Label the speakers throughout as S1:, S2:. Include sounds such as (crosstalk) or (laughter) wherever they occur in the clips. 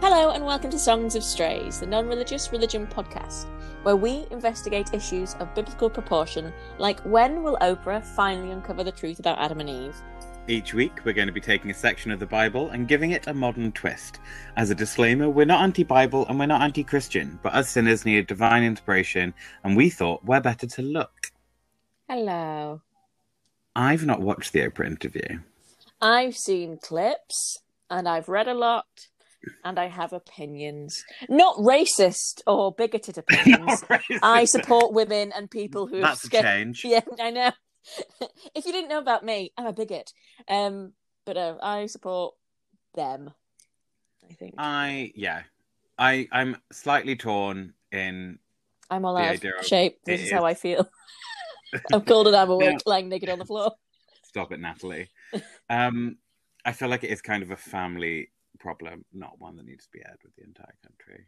S1: Hello, and welcome to Songs of Strays, the non religious religion podcast, where we investigate issues of biblical proportion, like when will Oprah finally uncover the truth about Adam and Eve?
S2: Each week, we're going to be taking a section of the Bible and giving it a modern twist. As a disclaimer, we're not anti Bible and we're not anti Christian, but us sinners need divine inspiration, and we thought where better to look.
S1: Hello.
S2: I've not watched the Oprah (laughs) interview.
S1: I've seen clips, and I've read a lot, and I have opinions. Not racist or
S2: (laughs)
S1: bigoted opinions. I support women and people who have
S2: That's a
S1: sca-
S2: change.
S1: (laughs) Yeah, I know. if you didn't know about me, I'm a bigot. Um, but uh, I support them. I think
S2: I, yeah. I, I'm slightly torn in.
S1: I'm all
S2: the
S1: out
S2: idea
S1: of
S2: of-
S1: shape. This
S2: it
S1: is, how
S2: is-
S1: I
S2: (laughs)
S1: feel. I'm cold and I'm awake,
S2: Yeah.
S1: lying naked on the floor.
S2: Stop
S1: (laughs)
S2: it, Natalie. Um, I feel like it is kind of a family problem, not one that needs to be aired with the entire country.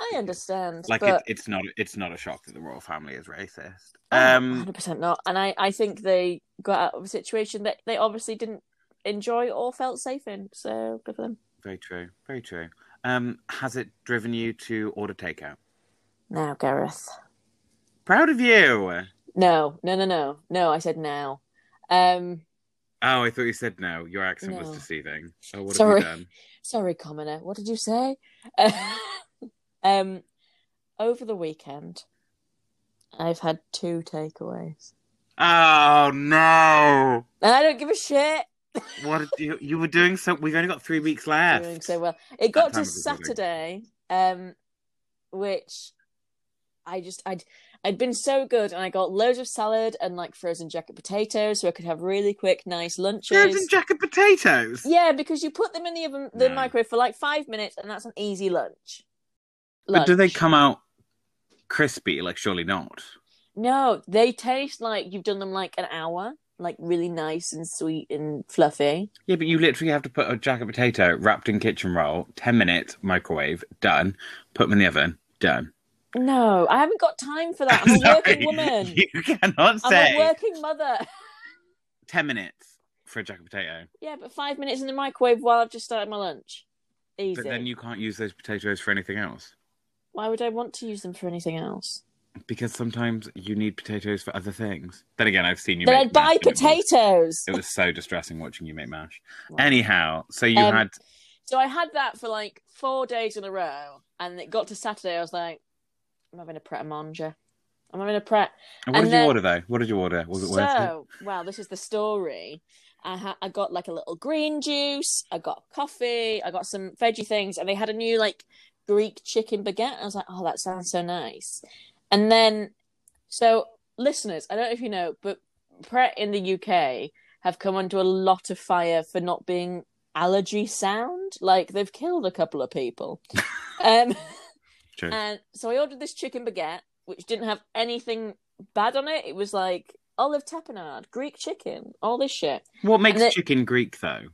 S1: I understand,
S2: like
S1: but
S2: it, it's not it's not a shock that the royal family is racist um
S1: 100 percent not. And I, I think they got out of a situation that they obviously didn't enjoy or felt safe in. So good for them.
S2: very true very true um has it driven you to order takeout
S1: Now, Gareth.
S2: proud of you
S1: No, no, no, no, no. I said now. Um,
S2: oh i thought you said no your accent was
S1: No.
S2: deceiving oh what
S1: Sorry.
S2: have you done
S1: Sorry, commoner. What did you say? (laughs) Uh, um, over the weekend, I've had two takeaways,
S2: oh no
S1: and I don't give a shit.
S2: what did you you were doing so we've only got three weeks left
S1: Doing so well. It got
S2: time
S1: to
S2: of recording.
S1: Saturday, um, which I just I'd I'd been so good, and I got loads of salad and like frozen jacket potatoes, so I could have really quick, nice
S2: There's
S1: lunches.
S2: jacket potatoes
S1: Yeah, because you put them in the oven, the
S2: No.
S1: microwave for like five minutes, and that's an easy lunch.
S2: but do they
S1: Lunch.
S2: come out crispy like surely not
S1: No, they taste like you've done them like an hour, like really nice and sweet and fluffy.
S2: Yeah, but you literally have to put a jacket potato wrapped in kitchen roll, 10 minutes, microwave, done. Put them in the oven, done.
S1: No, I haven't got time for that. I'm a working
S2: (laughs) Sorry,
S1: woman.
S2: You cannot
S1: I'm
S2: say
S1: a working mother.
S2: 10 minutes for a jacket potato.
S1: Yeah, but five minutes in the microwave while I've just started my lunch. Easy.
S2: But then you can't use those potatoes for anything else
S1: Why would I want to use them for anything else?
S2: because sometimes you need potatoes for other things. Then again, I've seen you
S1: then
S2: make
S1: I'd buy
S2: mash and it was-
S1: potatoes.
S2: It was so distressing watching you make mash.
S1: Wow.
S2: Anyhow, so you
S1: Um,
S2: had
S1: So I had that for like four days in a row, and it got to Saturday. I was like, I'm having a pret a manger. I'm having a pret.
S2: and what
S1: and
S2: did
S1: then-
S2: you order though? What did you order? Was it
S1: so, uh,
S2: worth it?
S1: well, this is the story. I, ha- I got like a little green juice. I got coffee. I got some veggie things, and they had a new like Greek chicken baguette. I was like, oh, that sounds so nice. And then, so listeners, I don't know if you know, but Pret in the UK have come under a lot of fire for not being allergy sound. Like they've killed a couple of
S2: (laughs)
S1: people. um,
S2: True.
S1: and so I ordered this chicken baguette, which didn't have anything bad on it. It was like olive tapenade, Greek chicken, all this shit.
S2: what makes
S1: the-
S2: chicken Greek though?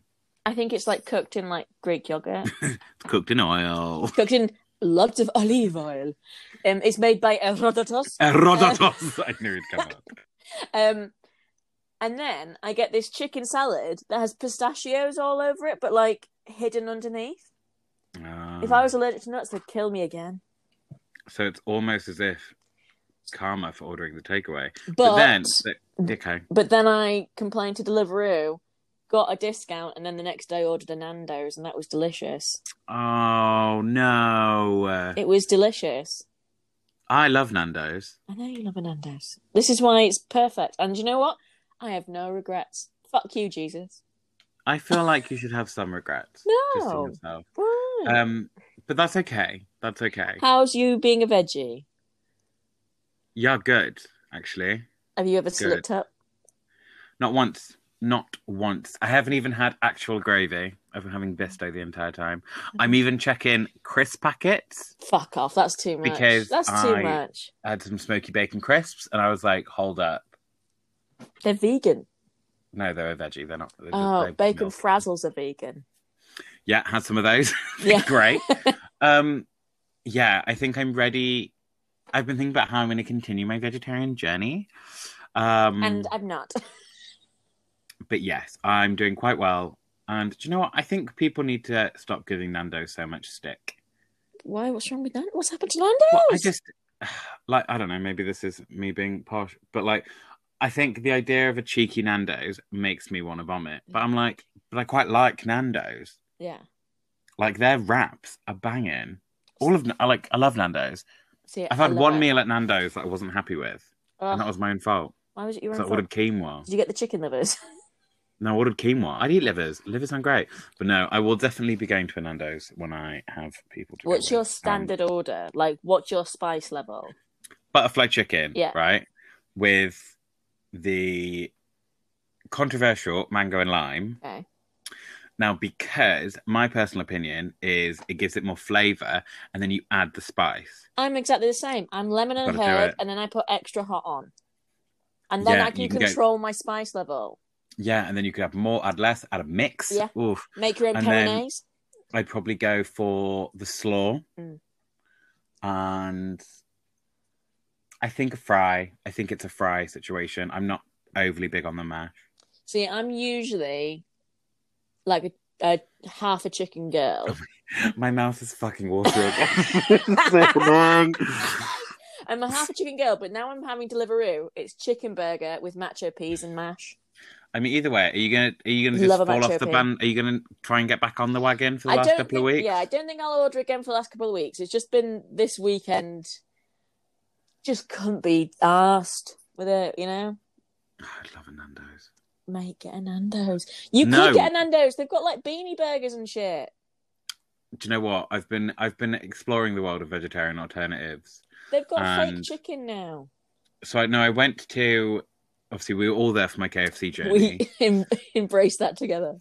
S1: I think it's like cooked in like Greek
S2: (laughs)
S1: yogurt,
S2: It's cooked in oil. (laughs)
S1: cooked in lots of olive oil. Um, it's made by Herodotus.
S2: Herodotus. I
S1: (laughs)
S2: knew it'd come up.
S1: Um, and then I get this chicken salad that has pistachios all over it, but like hidden underneath. If
S2: Mm.
S1: I was allergic to nuts, they'd kill me again.
S2: Ah, so it's almost as if karma for ordering the takeaway.
S1: But,
S2: But, then, but- okay,
S1: But then I complained to Deliveroo, got a discount, and then the next day ordered a Nando's, and that was delicious.
S2: oh no,
S1: It was delicious.
S2: I love Nando's.
S1: I know you love a Nando's. This is why it's perfect. And you know what? I have no regrets. Fuck you, Jesus.
S2: I feel like you should have some regrets.
S1: (laughs)
S2: Just
S1: No.
S2: in yourself.
S1: Why?
S2: Um, but that's okay. That's okay.
S1: How's you being a veggie?
S2: You're good, actually.
S1: Have you ever
S2: Good.
S1: slipped up?
S2: Not once. Not once. I haven't even had actual gravy. I've been having Bisto the entire time. I'm even checking crisp packets.
S1: Fuck off. That's too much.
S2: Because
S1: That's too
S2: I-
S1: much.
S2: I had some smoky bacon crisps, and I was like, hold up.
S1: They're vegan.
S2: No, they're a veggie. They're not. They're just-
S1: Oh,
S2: they're
S1: bacon
S2: milk.
S1: frazzles are vegan.
S2: Yeah, had some of those. (laughs)
S1: Yeah. (laughs)
S2: Great. Um, yeah, I think I'm ready. I've been thinking about how I'm going to continue my vegetarian journey. Um,
S1: And I'm not.
S2: but yes, I'm doing quite well. And do you know what? I think people need to stop giving Nando so much stick.
S1: Why? What's wrong with that? What's happened to Nando's?
S2: Well, I just (sighs) like I don't know. Maybe this is me being posh, but like I think the idea of a cheeky Nando's makes me want to vomit. But I'm like, but I quite like Nando's.
S1: Yeah.
S2: Like their wraps are banging. All of I like I love Nando's.
S1: See,
S2: I've
S1: I
S2: had
S1: love
S2: one
S1: it.
S2: meal at Nando's that I wasn't happy with,
S1: Ugh,
S2: and that was my own fault.
S1: why was it your
S2: So
S1: own
S2: I
S1: fault?
S2: ordered quinoa.
S1: Did you get the chicken livers?
S2: (laughs) No, I ordered quinoa. I'd eat livers. Livers sound great, but no, I will definitely be going to a Nando's when I have people. To go
S1: What's your
S2: with. Um,
S1: standard order? Like, what's your spice level?
S2: butterfly chicken,
S1: Yeah.
S2: right? With the controversial mango and lime.
S1: Okay.
S2: Now, because my personal opinion is it gives it more flavour, and then you add the spice.
S1: I'm exactly the same. I'm lemon and
S2: Gotta do
S1: herb,
S2: it.
S1: and then I put extra hot on, and then
S2: Yeah,
S1: I can,
S2: you can go-
S1: control my spice level.
S2: Yeah, and then you could have more, add less, add a mix.
S1: Yeah.
S2: Oof.
S1: Make your own
S2: And then-
S1: polonaise.
S2: I'd probably go for the slaw,
S1: Mm.
S2: and I think a fry. I think it's a fry situation. I'm not overly big on the mash. (laughs)
S1: See, I'm usually like a, a half a chicken girl.
S2: Oh My mouth is fucking watering. It's so
S1: (laughs)
S2: long.
S1: I'm a half a chicken girl, but now I'm having Deliveroo. It's chicken burger with macho peas and mash.
S2: I mean, either way, are you gonna are you gonna just
S1: Love a
S2: fall
S1: macho
S2: off the
S1: pig.
S2: band? Are you gonna try and get back on the wagon for the
S1: I
S2: last
S1: don't
S2: couple
S1: think,
S2: of weeks? (sighs)
S1: Yeah, I don't think I'll order again for the last couple of weeks. It's just been this weekend. Just couldn't be asked with it, you know.
S2: I'd love a Nando's.
S1: Mate, get a Nando's. You
S2: No.
S1: could get a Nando's. They've got like beanie burgers and shit.
S2: Do you know what? I've been I've been exploring the world of vegetarian alternatives.
S1: They've got
S2: And-
S1: fake chicken now.
S2: So I know I went to obviously we were all there for my KFC journey.
S1: We (laughs) em- embrace that together.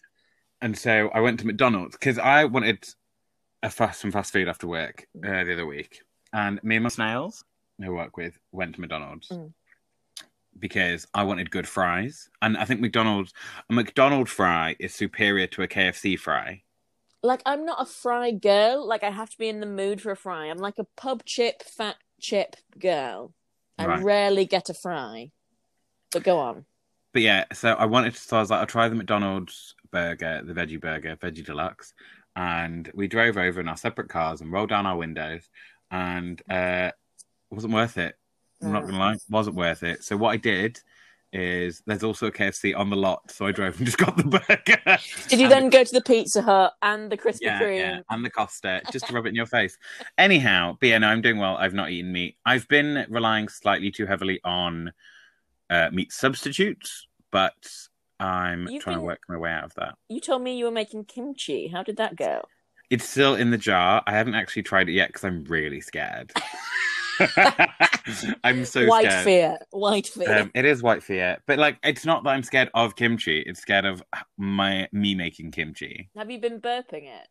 S2: and so I went to McDonald's because I wanted a fast some fast food after work uh, the other week, and me and my snails who I work with went to McDonald's
S1: Mm.
S2: because I wanted good fries, and I think McDonald's a McDonald's fry is superior to a KFC fry.
S1: Like I'm not a fry girl. Like I have to be in the mood for a fry. I'm like a pub chip, fat chip girl. I
S2: Right.
S1: rarely get a fry. But go on.
S2: But yeah, so I wanted to, so I was like, I'll try the McDonald's burger, the veggie burger, veggie deluxe. And we drove over in our separate cars and rolled down our windows, and uh, it wasn't worth it. I'm not
S1: Mm.
S2: gonna lie, it wasn't worth it. So what I did is there's also a KFC on the lot, so I drove and just got the (laughs) burger.
S1: Did you
S2: And the-
S1: then go to the Pizza Hut and the Krispy
S2: yeah,
S1: Kreme?
S2: yeah, and
S1: (laughs)
S2: the Costa, just to rub it in your face. Anyhow, but yeah, no, I'm doing well. I've not eaten meat. I've been relying slightly too heavily on uh, meat substitutes, but I'm
S1: You've
S2: trying to
S1: been-
S2: work my way out of that.
S1: You told me you were making kimchi. How did that go?
S2: It's still in the jar. I haven't actually tried it yet because I'm really scared. (laughs) I'm so
S1: white
S2: scared.
S1: fear. White fear.
S2: Um, it is white fear, but like, it's not that I'm scared of kimchi. It's scared of my me making kimchi.
S1: Have you been burping it?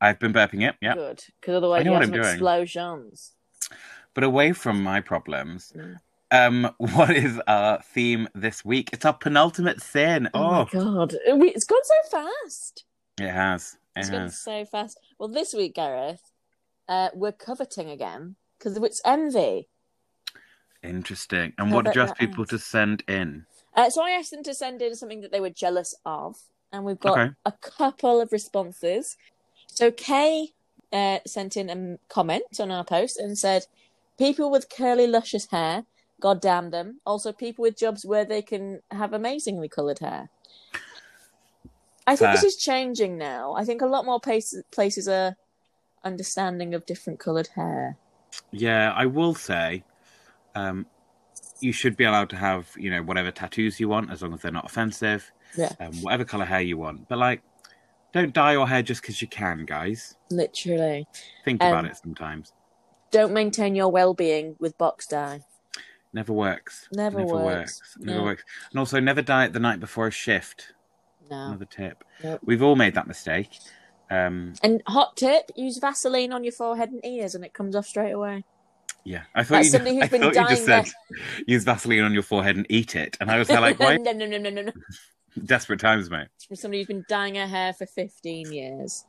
S2: I've been burping it, yeah,
S1: Good. Because otherwise
S2: I know
S1: you
S2: what
S1: have
S2: I'm
S1: some
S2: doing.
S1: explosions.
S2: but away from my problems.
S1: Mm.
S2: Um, (laughs) what is our theme this week? It's our penultimate sin.
S1: my
S2: Oh,
S1: god. Uh, We- It's gone so fast.
S2: it has. It
S1: It's gone
S2: has.
S1: so fast. Well, this week, Gareth, uh, we're coveting again because it's envy.
S2: Interesting. And
S1: How
S2: what did you
S1: about
S2: ask
S1: that
S2: people
S1: ass?
S2: to send in?
S1: Uh, so I asked them to send in something that they were jealous of, and we've got
S2: Okay.
S1: a couple of responses. So Kay uh, sent in a m- comment on our post and said, "People with curly, luscious hair, god damn them. Also, people with jobs where they can have amazingly coloured hair." I think this
S2: Fair.
S1: is changing now. I think a lot more places places are understanding of different coloured hair.
S2: Yeah, I will say, um, you should be allowed to have you know whatever tattoos you want as long as they're not offensive.
S1: Yeah.
S2: Um, whatever color hair you want, but like, don't dye your hair just because you can, guys.
S1: Literally,
S2: Think
S1: Um,
S2: about it sometimes.
S1: don't maintain your well-being with box dye.
S2: Never works.
S1: Never works.
S2: Never
S1: No.
S2: works. And also, never dye it the night before a shift.
S1: No.
S2: Another tip.
S1: Yep.
S2: We've all made that mistake. Um,
S1: And hot tip: use Vaseline on your forehead and ears, and it comes off straight away.
S2: Yeah, I thought
S1: That's
S2: you.
S1: somebody who's
S2: I
S1: been
S2: thought you just
S1: dying
S2: said (laughs) use Vaseline on your forehead and eat it, and I
S1: (laughs)
S2: was there like, "Why (laughs)
S1: no, no, no, no, no, no.
S2: desperate times, mate?"
S1: It's From somebody who's been dyeing her hair for fifteen years.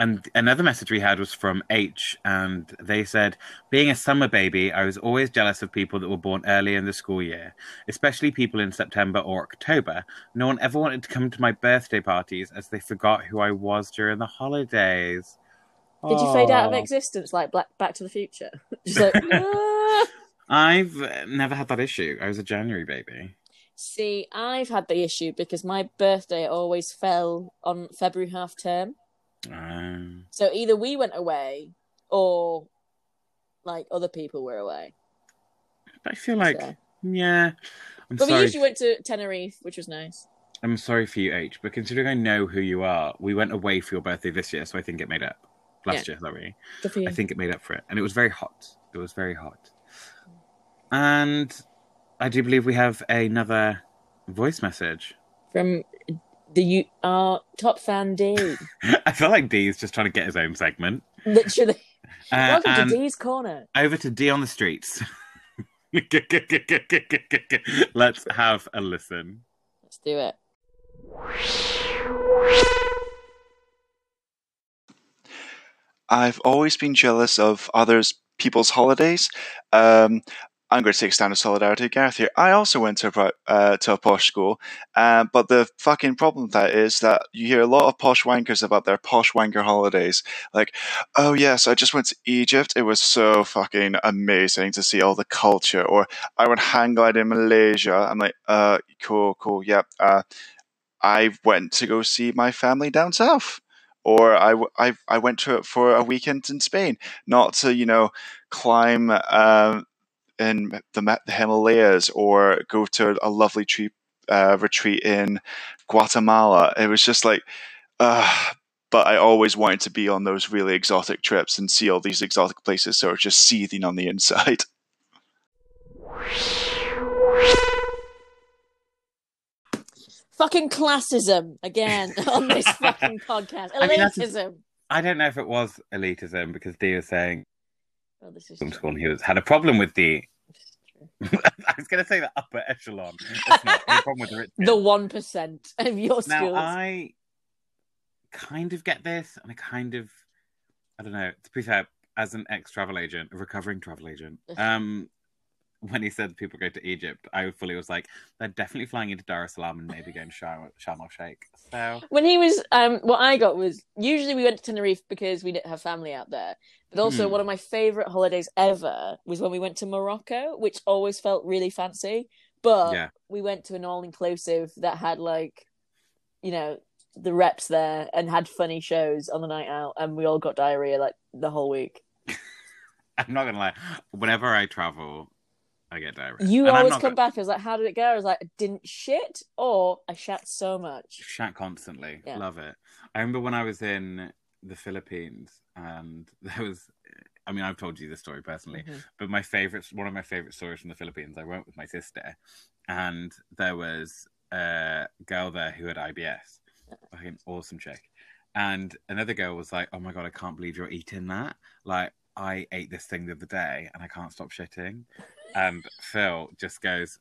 S2: And another message we had was from H, and they said, Being a summer baby, I was always jealous of people that were born early in the school year, especially people in September or October. No one ever wanted to come to my birthday parties as they forgot who I was during the holidays.
S1: Did you fade out of
S2: Aw.
S1: existence like Black Back to the Future? (laughs) Just
S2: (laughs)
S1: like, "Ah."
S2: I've uh, never had that issue. I was a January baby.
S1: See, I've had the issue because my birthday always fell on February half term.
S2: Um,
S1: So either we went away or like other people were away.
S2: but I feel like,
S1: So-
S2: yeah. I'm
S1: But we
S2: sorry.
S1: usually went to Tenerife, which was nice.
S2: I'm sorry for you, H, but considering I know who you are, we went away for your birthday this year, so I think it made up. Last year, sorry.
S1: Good for you.
S2: I think it made up for it. And it was very hot. It was very hot. And I do believe we have another voice message. (laughs)
S1: From the U- our top fan
S2: (laughs)
S1: D.
S2: I feel like Dee's just trying to get his own segment.
S1: Literally.
S2: (laughs) Uh,
S1: Welcome
S2: and
S1: to Dee's Corner.
S2: over to Dee on the streets. (laughs) Let's have a listen.
S1: Let's do it.
S3: I've always been jealous of others people's holidays. Um, I'm going to take a stand of solidarity with Gareth here. I also went to a, pri- uh, to a posh school, uh, but the fucking problem with that is that you hear a lot of posh wankers about their posh wanker holidays. Like, oh yes, I just went to Egypt. It was so fucking amazing to see all the culture. Or I went hang glide in Malaysia. I'm like, uh, cool, cool, yeah. Uh, I went to go see my family down south or I, w- I, I went to it for a weekend in Spain, not to, you know, climb um, in the, Ma- the Himalayas or go to a lovely tree, uh, retreat in Guatemala. It was just like, uh, but I always wanted to be on those really exotic trips and see all these exotic places. So it's just seething on the inside.
S1: Fucking classism again (laughs) on this
S2: (laughs)
S1: fucking podcast.
S2: I mean, that's-
S1: Elitism.
S2: I don't know if it was elitism because Dee was saying
S1: Oh, this is
S2: from school and he was, had a problem with the (laughs) I was going to say the upper echelon. It's not the problem with the rich.
S1: (laughs) the one percent of your
S2: now
S1: schools.
S2: I kind of get this, and I kind of I don't know. To be fair, as an ex travel agent, a recovering travel agent, um, when he said people go to Egypt, I fully was like, they're definitely flying into Dar es Salaam and maybe going to Sharm, Sharm el Sheikh. So
S1: when he was um what i got was usually we went to tenerife because we didn't have family out there but also
S2: Hmm.
S1: one of my favorite holidays ever was when we went to morocco which always felt really fancy but
S2: yeah,
S1: we went to an all-inclusive that had like you know the reps there and had funny shows on the night out and we all got diarrhea like the whole week
S2: I'm not gonna lie. Whenever I travel, I get diarrhea.
S1: you
S2: And I'm
S1: always
S2: not
S1: come
S2: gonna-
S1: back i was like how did it go i was like i didn't shit or i shat so much
S2: Shat constantly.
S1: Yeah.
S2: Love it. I remember when I was in the Philippines and (laughs) there was I mean, I've told you this story personally,
S1: Mhm.
S2: but my favorite one of my favorite stories from the Philippines, I went with my sister and there was a girl there who had IBS. Fucking awesome chick. And another girl was like, Oh my god, I can't believe you're eating that. Like, I ate this thing the other day and I can't stop shitting. And Phil just goes,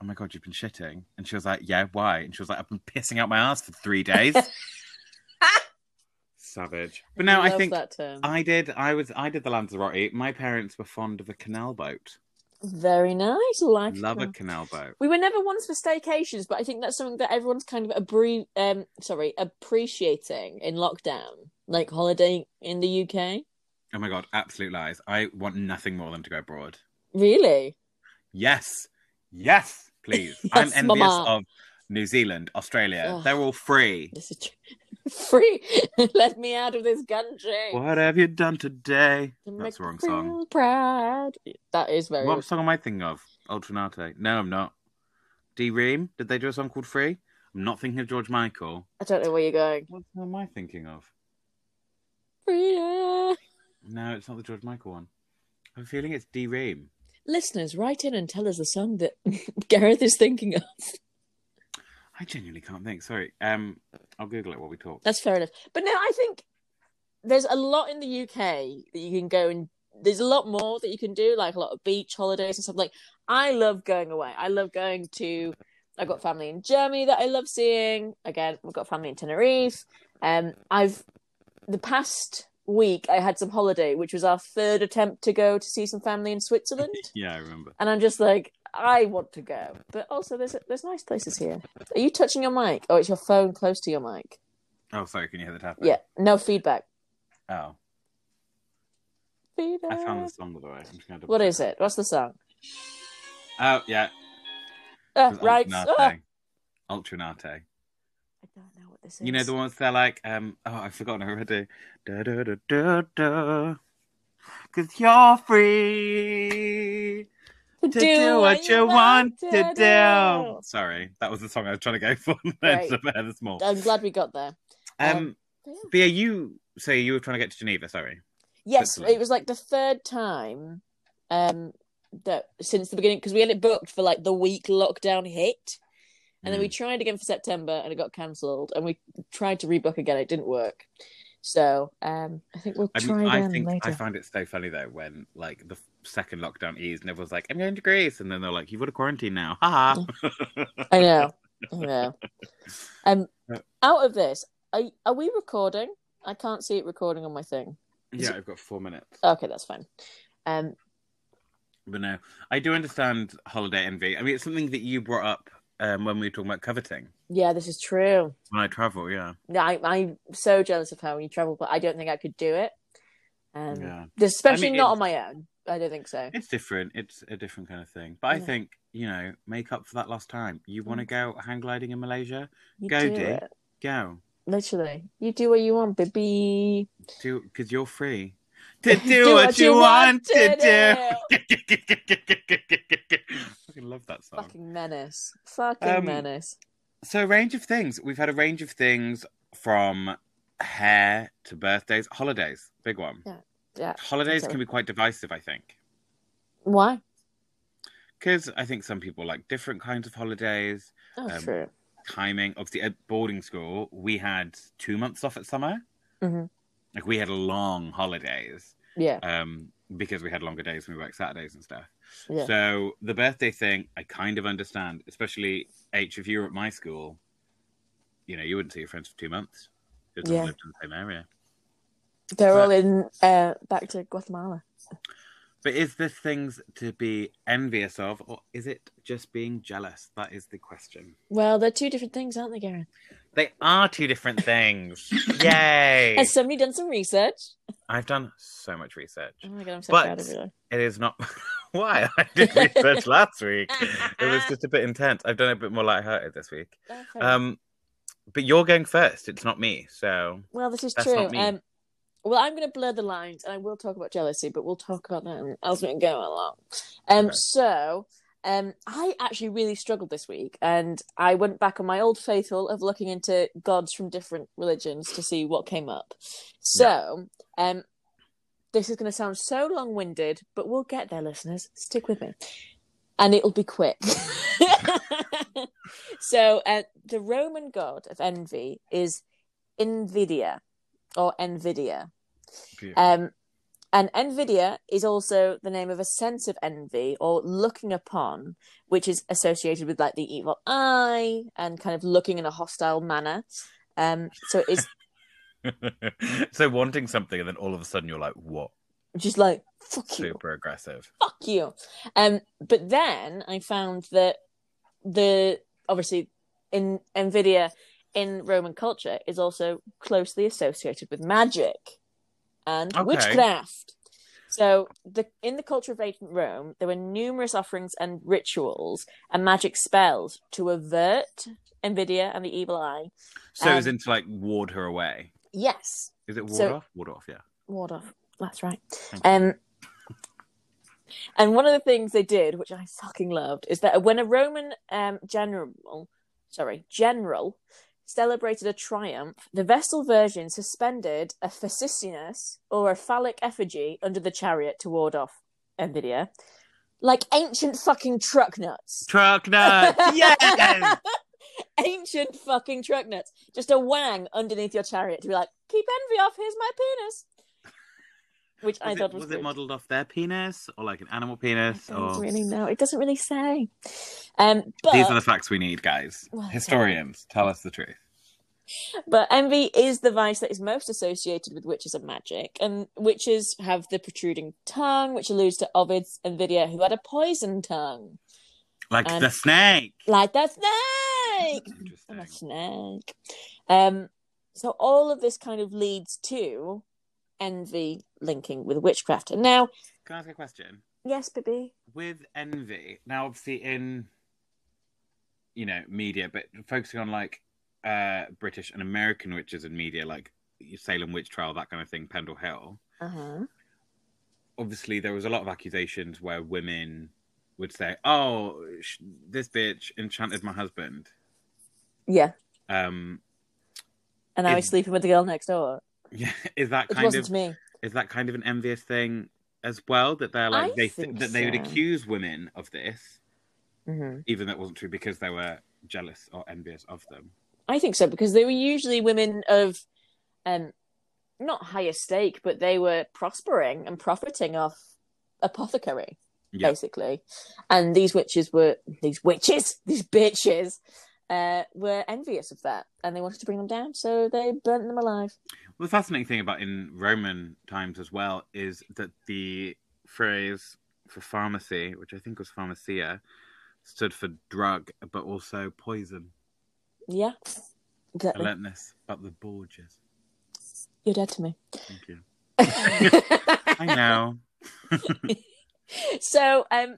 S2: oh my god, you've been shitting. And she was like, yeah, why? And she was like, I've been pissing out my ass for three days. Savage. But no, I
S1: love
S2: think
S1: that term
S2: I did. I was. I did the Lanzarote. My parents were fond of a canal boat.
S1: very nice like
S2: Love
S1: that.
S2: a canal boat.
S1: We were never ones for staycations, but I think that's something that everyone's kind of abri- um sorry appreciating in lockdown, like holiday in the UK.
S2: Oh my god, absolute lies. I want nothing more than to go abroad.
S1: Really?
S2: Yes, yes,
S1: (laughs)
S2: please.
S1: Yes,
S2: I'm envious
S1: mama.
S2: of New Zealand, Australia.
S1: Ugh.
S2: They're all free.
S1: This is tr- (laughs) free. Let me out of this country.
S2: What have you done today?
S1: To make
S2: That's the wrong
S1: the
S2: song.
S1: world Proud. That is very.
S2: What song am I thinking of? Ultranate. No, I'm not. D Ream. Did they do a song called Free? I'm not thinking of George Michael.
S1: I don't know where you're going.
S2: What song am I thinking of?
S1: Freedom.
S2: No, it's not the George Michael one. I'm feeling it's D Ream.
S1: Listeners, write in and tell us the song that (laughs) Gareth is thinking of.
S2: I genuinely can't think. Sorry. Um, I'll Google it while we talk.
S1: That's fair enough. But no, I think there's a lot in the UK that you can go and there's a lot more that you can do, like a lot of beach holidays and stuff. Like I love going away. I love going to. I've got family in Germany that I love seeing. Again, we've got family in Tenerife. Um, I've the past week I had some holiday, which was our third attempt to go to see some family in Switzerland.
S2: Yeah, I remember.
S1: And I'm just like, I want to go, but also there's there's nice places here. Are you touching your mic? Oh, it's your phone close to your mic.
S2: Oh, sorry. Can you hear the tapping?
S1: Yeah, no feedback.
S2: Oh,
S1: Feedback.
S2: I found the song by the way. I'm just gonna double
S1: What
S2: check
S1: is it? What's the song?
S2: Oh yeah,
S1: Uh,
S2: it was
S1: right.
S2: Ultranate.
S1: Ah!
S2: Ultranate.
S1: I don't know what this is.
S2: You know the ones they're like, um, oh, I've forgotten already. Da, da, da, da, da. Cause you're free
S1: To
S2: to do, what you want to do. Sorry, that was the song I was trying to go (laughs) for.
S1: Right.
S2: It's about this small.
S1: I'm glad we got there.
S2: Um,
S1: But yeah.
S2: but yeah, you say you were trying to get to Geneva. Sorry.
S1: Yes,
S2: Switzerland.
S1: it was like the third time um that since the beginning because we had it booked for like the week lockdown hit. And
S2: Mm.
S1: then we tried again for September and it got cancelled and we tried to rebook again, it didn't work. So um I think we'll
S2: I,
S1: try
S2: mean, I
S1: again
S2: think I
S1: later.
S2: found it so funny though when like the second lockdown eased and everyone's like, "I'm going to Greece," and then they're like, "You've got a quarantine now." Ha ha. (laughs)
S1: I know. I know. Um out of this, are are we recording? I can't see it recording on my thing.
S2: yeah, I've got four minutes.
S1: Okay, that's fine. Um
S2: But no, I do understand holiday envy. I mean, it's something that you brought up um, when we were talking about coveting
S1: yeah, this is true.
S2: when I travel. Yeah,
S1: No, I, I'm so jealous of how you travel, but I don't think I could do it. Um,
S2: Yeah.
S1: Especially
S2: I mean,
S1: not
S2: it's-
S1: on my own. I don't think so.
S2: it's different. It's a different kind of thing. But I
S1: Yeah.
S2: think you know, make up for that lost time. You want to go hang gliding in Malaysia?
S1: You
S2: Go,
S1: do
S2: Dee.
S1: it.
S2: Go,
S1: Literally. You do what you want, baby.
S2: do because you're free
S1: (laughs)
S2: to do, what, you want to do. fucking love that song.
S1: Fucking menace. Fucking
S2: Um,
S1: menace.
S2: So a range of things. We've had a range of things from hair to birthdays, holidays, big one.
S1: Yeah, yeah,
S2: Holidays
S1: totally.
S2: can be quite divisive, I think.
S1: Why?
S2: Because I think some people like different kinds of holidays,
S1: Oh,
S2: um,
S1: true.
S2: timing. Obviously, at boarding school, we had two months off at summer.
S1: Mhm.
S2: Like, we had long holidays.
S1: Yeah.
S2: um, because we had longer days and we worked Saturdays and stuff.
S1: Yeah.
S2: So the birthday thing, I kind of understand, especially H, if you were at my school, you know, you wouldn't see your friends for two months. It all
S1: Yeah.
S2: lived in the same area.
S1: They're
S2: but-
S1: all in uh, back to Guatemala.
S2: But is this things to be envious of, or is it just being jealous? That is the question.
S1: Well, they're two different things, aren't they, Gareth?
S2: They are two different
S1: (laughs)
S2: things. Yay!
S1: Has somebody done some research?
S2: I've done so much research.
S1: Oh my god, I'm so
S2: But-
S1: proud of you.
S2: It is not. (laughs) Why? I did research last week.
S1: (laughs)
S2: It was just a bit intense. I've done a bit more lighthearted this week.
S1: Oh, fair enough.
S2: Um, but you're going first. It's not me. So
S1: Well, this is
S2: That's
S1: true.
S2: not me.
S1: Um, well, I'm going to blur the lines, and I will talk about jealousy, but we'll talk about that as we go along. Um,
S2: Okay.
S1: so, um, I actually really struggled this week, and I went back on my old faithful of looking into gods from different religions to see what came up. So, um, this is going to sound so long-winded, but we'll get there, listeners. Stick with me, and it'll be quick. (laughs) so, uh, the Roman god of envy is Nvidia or Nvidia.
S2: Uh,
S1: Um, and Nvidia is also the name of a sense of envy or looking upon, which is associated with like the evil eye and kind of looking in a hostile manner. Um, so it's
S2: (laughs) so wanting something, and then all of a sudden you're like, "What?
S1: just like fuck you,
S2: Super aggressive."
S1: fuck you. Um, but then I found that the obviously in Nvidia in Roman culture is also closely associated with magic and
S2: Okay.
S1: witchcraft. So the in the culture of ancient Rome, there were numerous offerings and rituals and magic spells to avert Nvidia and the evil eye.
S2: So it's
S1: Um,
S2: into like ward her away.
S1: Yes,
S2: Is it ward
S1: so-
S2: off? Ward off, yeah.
S1: ward off. That's right.
S2: Thank you.
S1: Um, and one of the things they did, which I fucking loved, is that when a Roman um, general, sorry, general, celebrated a triumph, the Vestal Virgin suspended a phocisinus or a phallic effigy under the chariot to ward off Envidia, like ancient fucking truck nuts.
S2: (laughs) Truck nuts.
S1: (laughs)
S2: yes.
S1: Ancient fucking truck nuts. Just a wang underneath your chariot to be like, keep envy off, here's my penis. Which I
S2: Was,
S1: thought
S2: it,
S1: was,
S2: was it
S1: good.
S2: modelled off their penis or like an animal
S1: I
S2: penis?
S1: don't
S2: Or
S1: really know. It doesn't really say. Um, but
S2: these are the facts we need, guys.
S1: Well, okay.
S2: Historians, tell us the truth.
S1: But envy is the vice that is most associated with witches and magic. And witches have the protruding tongue, which alludes to Ovid's Envidia, who had a poison tongue.
S2: Like
S1: And-
S2: the snake.
S1: Like that
S2: (laughs)
S1: snake! Oh, I'm a
S2: Interesting.
S1: snake. Um, so all of this kind of leads to envy linking with witchcraft. And now,
S2: Can I ask a question?
S1: yes, baby.
S2: With envy, now obviously in you know, media, but focusing on like uh British and American witches in media, like Salem Witch Trial, that kind of thing, Pendle Hill.
S1: Uh-huh.
S2: Obviously, there was a lot of accusations where women would say, "Oh, sh- this bitch enchanted my husband."
S1: Yeah.
S2: Um, (laughs)
S1: And I
S2: Is-
S1: was sleeping with the girl next door.
S2: yeah, is that
S1: It
S2: kind
S1: wasn't
S2: of
S1: me.
S2: is that kind of an envious thing as well that they're like
S1: I
S2: they
S1: think
S2: that they would
S1: so.
S2: accuse women of this
S1: hmm
S2: even though it wasn't true because they were jealous or envious of them
S1: I think so because they were usually women of, um, not higher stake, but they were prospering and profiting off apothecary.
S2: yeah
S1: basically. And these witches were these witches, (laughs) these bitches, uh, were envious of that, and they wanted to bring them down, so they burnt them alive.
S2: well, the fascinating thing about in roman times as well is that the phrase for pharmacy which i think was pharmacia stood for drug but also poison
S1: Yeah,
S2: i
S1: exactly.
S2: learned this about the borgias
S1: You're dead
S2: (laughs)
S1: to me.
S2: thank you
S1: (laughs)
S2: i know
S1: so um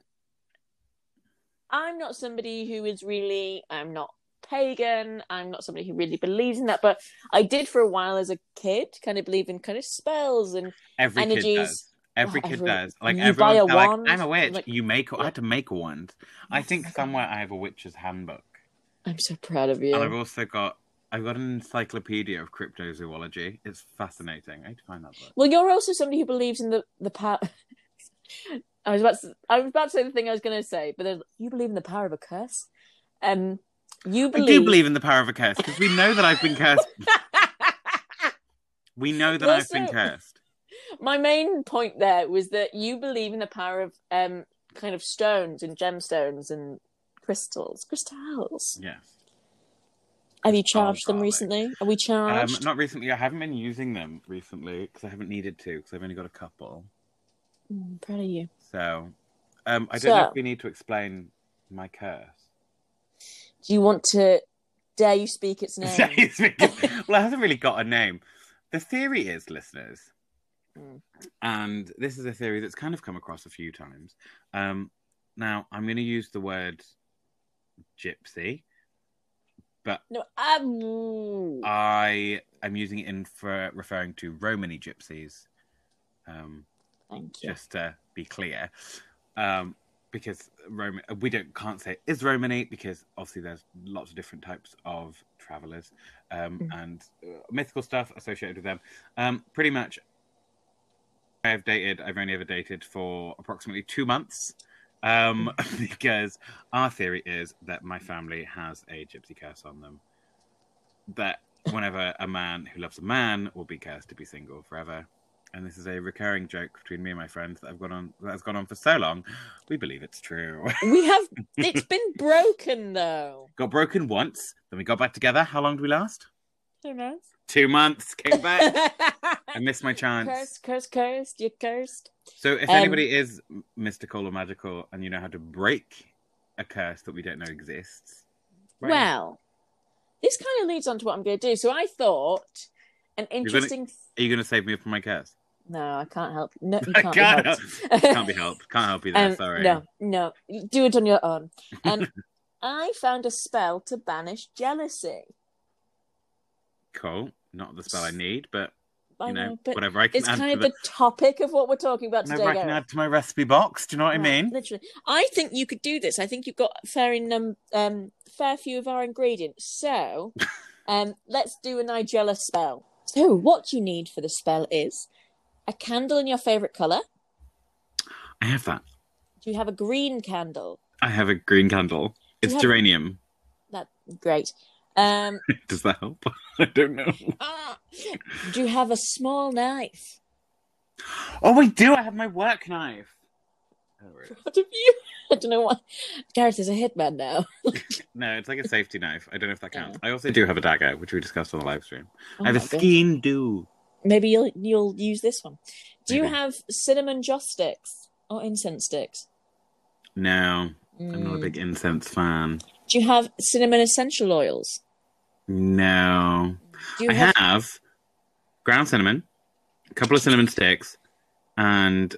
S1: i'm not somebody who is really i'm not pagan i'm not somebody who really believes in that but i did for a while as a kid kind of believe in kind of spells and
S2: every kid
S1: Energies.
S2: does Every
S1: Oh,
S2: kid
S1: every-
S2: does. Like
S1: you
S2: everyone,
S1: buy a
S2: they're like,
S1: wand,
S2: I'm a witch.
S1: like-
S2: you make. I
S1: Yeah.
S2: had to make wands. I think somewhere I have a witch's handbook,
S1: i'm so proud of you
S2: and I've also got. I've got an encyclopedia of cryptozoology. It's fascinating. I need to find that book.
S1: Well, you're also somebody who believes in the the power. (laughs) I was about to, I was about to say the thing I was going to say, but then you believe in the power of a curse. Um, you
S2: I
S1: believe.
S2: do believe in the power of a curse because we know that I've
S1: (laughs)
S2: been cursed. We know that I've been
S1: Also-
S2: cursed.
S1: My main point there was that you believe in the power of um kind of stones and gemstones and crystals, crystals.
S2: Yes.
S1: Have you
S2: Crystals,
S1: charged them
S2: darling.
S1: recently? Are we
S2: Um,
S1: charged?
S2: not recently. I haven't been using them recently because I haven't needed to because I've only got a couple.
S1: Mm, I'm proud of you.
S2: So, um, I don't know
S1: So-
S2: if we need to explain my curse.
S1: Do you want to? Dare you speak
S2: (laughs)
S1: its
S2: So
S1: name?
S2: it's because- well, it hasn't really got a name. The theory is, listeners,
S1: Mm.
S2: and this is a theory that's kind of come across a few times. Um, now, I'm going to use the word gypsy.
S1: no, um,
S2: Uh, I am using it in for referring to Romany gypsies, um,
S1: thank you.
S2: just to be clear, um, because Roman we don't can't say it is Romany because obviously there's lots of different types of travelers um,
S1: Mm.
S2: and uh, mythical stuff associated with them. Um, pretty much, I have dated. I've only ever dated for approximately two months. Um, (laughs) because our theory is that my family has a gypsy curse on them. That whenever a man who loves a man will be cursed to be single forever. And this is a recurring joke between me and my friends that I've gone on that has gone on for so long. We believe it's true. (laughs)
S1: We have. It's been broken though.
S2: got broken once, then we got back together. How long did we last?
S1: Who knows?
S2: Two months. Came
S1: (laughs)
S2: back. I (laughs) missed my chance.
S1: cursed, cursed, cursed. You're cursed.
S2: So if
S1: Um,
S2: anybody is m- mystical or magical and you know how to break a curse that we don't know exists, right now-
S1: Well, this kind of leads on to what I'm going to do. So I thought an
S2: gonna-
S1: interesting.
S2: are you going to save me from my curse?
S1: No, I can't help. No, you
S2: (laughs) I
S1: can't,
S2: can't,
S1: be helped. (laughs)
S2: can't be helped. Can't help you there.
S1: Um,
S2: sorry.
S1: No, no. You Do it on your own.
S2: (laughs)
S1: And I found a spell to banish jealousy.
S2: Cool. Not the spell I need, but
S1: I
S2: you know,
S1: know, but
S2: whatever I can
S1: it's
S2: add
S1: kind
S2: to
S1: of
S2: the,
S1: the topic of what we're talking about today.
S2: whatever I can
S1: Gareth.
S2: add to my recipe box. Do you know what I
S1: Right,
S2: mean?
S1: Literally, I think you could do this. I think you've got a fair in num- um fair few of our ingredients.
S2: (laughs)
S1: So, um, let's do a Nigella spell. So, what you need for the spell is a candle in your favorite color.
S2: I have that.
S1: Do you have a green candle?
S2: I have a green candle. It's
S1: Yeah.
S2: geranium. (laughs)
S1: That great. Um,
S2: Does that help? (laughs) I don't know.
S1: ah, do you have a small knife?
S2: Oh, I do. I have my work knife.
S1: proud of you. I don't know why. Gareth is a hitman now.
S2: No, it's like a safety knife. I don't know if that counts. I also do have a dagger, which we discussed on the live stream.
S1: Oh
S2: I have a
S1: my God.
S2: skein do.
S1: Maybe you'll you'll use this one. Do you
S2: Maybe.
S1: have cinnamon joss sticks or incense sticks?
S2: No, I'm not a
S1: Mm.
S2: big incense fan.
S1: Do you have cinnamon essential oils?
S2: No.
S1: Do you
S2: I have... ground cinnamon, a couple of cinnamon sticks, and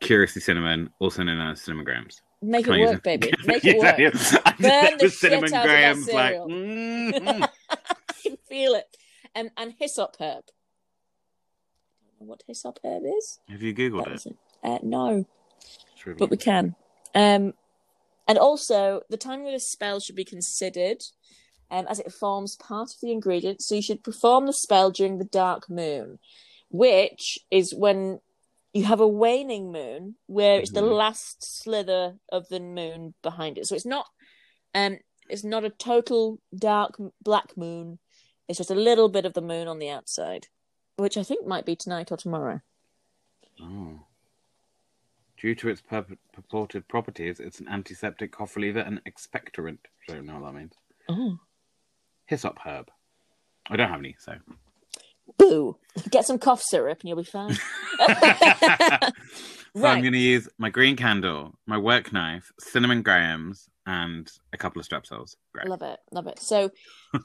S2: curiously cinnamon, also known as cinnamon grams.
S1: make
S2: Can I
S1: it
S2: use
S1: work,
S2: (laughs)
S1: baby? Make
S2: Yeah,
S1: it work. (laughs)
S2: yeah. (laughs) I
S1: Burn
S2: just said
S1: the
S2: with
S1: shit
S2: cinnamon
S1: out of that
S2: grams, like
S1: cereal.
S2: mm,
S1: I can feel it. Um, and hyssop herb. What hyssop herb is?
S2: Have you
S1: That
S2: googled it?
S1: was it. Uh, no,
S2: Should we
S1: but we
S2: look?
S1: can. Um, and also, the timing of a spell should be considered um, as it forms part of the ingredient. So you should perform the spell during the dark moon, which is when you have a waning moon, where it's the
S2: Mhm.
S1: last slither of the moon behind it. So it's not, um, it's not a total dark m- black moon. It's just a little bit of the moon on the outside, which I think might be tonight or tomorrow.
S2: Oh. Due to its pur- purported properties, it's an antiseptic, cough reliever, and expectorant. I don't know what that means.
S1: Oh,
S2: Hyssop herb. I don't have any,
S1: (laughs)
S2: so.
S1: boo! Get some cough syrup and you'll be fine.
S2: so
S1: Right.
S2: I'm going to use my green candle, my work knife, cinnamon grams, and a couple of strepsils. Great.
S1: Love it, love it. So,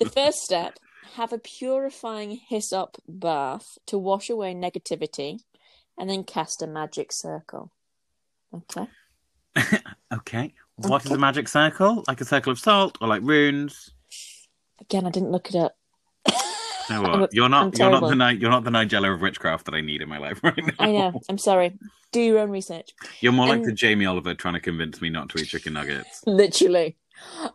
S1: the first step: have a purifying hyssop bath to wash away negativity, and then cast a magic circle. Okay.
S2: okay. What is a magic circle? Like a circle of salt or like runes?
S1: Again, I didn't look it up.
S2: You know
S1: I'm a-
S2: what? You're
S1: I'm
S2: not. You're not the
S1: terrible.
S2: Ni- You're not the Nigella of witchcraft that I need in my life (laughs) right now.
S1: I know. I'm sorry. Do your own research.
S2: You're more like
S1: And-
S2: the Jamie Oliver trying to convince me not to eat chicken nuggets.
S1: Literally.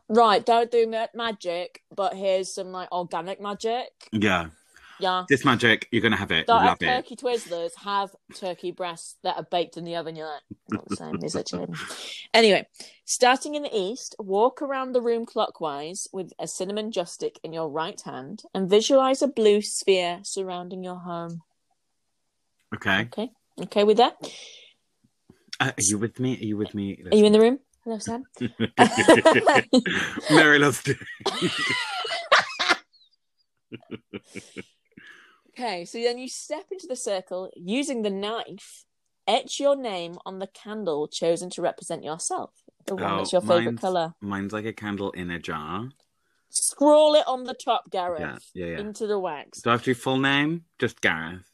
S1: Right. Don't do ma- magic, but here's some like organic magic.
S2: Yeah.
S1: Yeah.
S2: This magic, you're gonna have it.
S1: Don't
S2: Love
S1: have
S2: it.
S1: turkey Twizzlers. Have turkey breasts that are baked in the oven. You're like, not the same, is it, Jamie? Anyway, starting in the east, walk around the room clockwise with a cinnamon joystick in your right hand and visualize a blue sphere surrounding your home.
S2: Okay.
S1: Okay, okay with that?
S2: Uh, are you with me? Are you with me?
S1: (laughs) Are you in the room? Hello,
S2: (laughs)
S1: Sam.
S2: Mary loves to. (laughs)
S1: Okay, so then you step into the circle using the knife. Etch your name on the candle chosen to represent yourself, the one
S2: Oh,
S1: that's your favorite
S2: mine's-
S1: color.
S2: Mine's like a candle in a jar.
S1: Scroll it on the top, Gareth,
S2: Yeah, yeah, yeah.
S1: into the wax.
S2: Do I have to do full name? Just Gareth.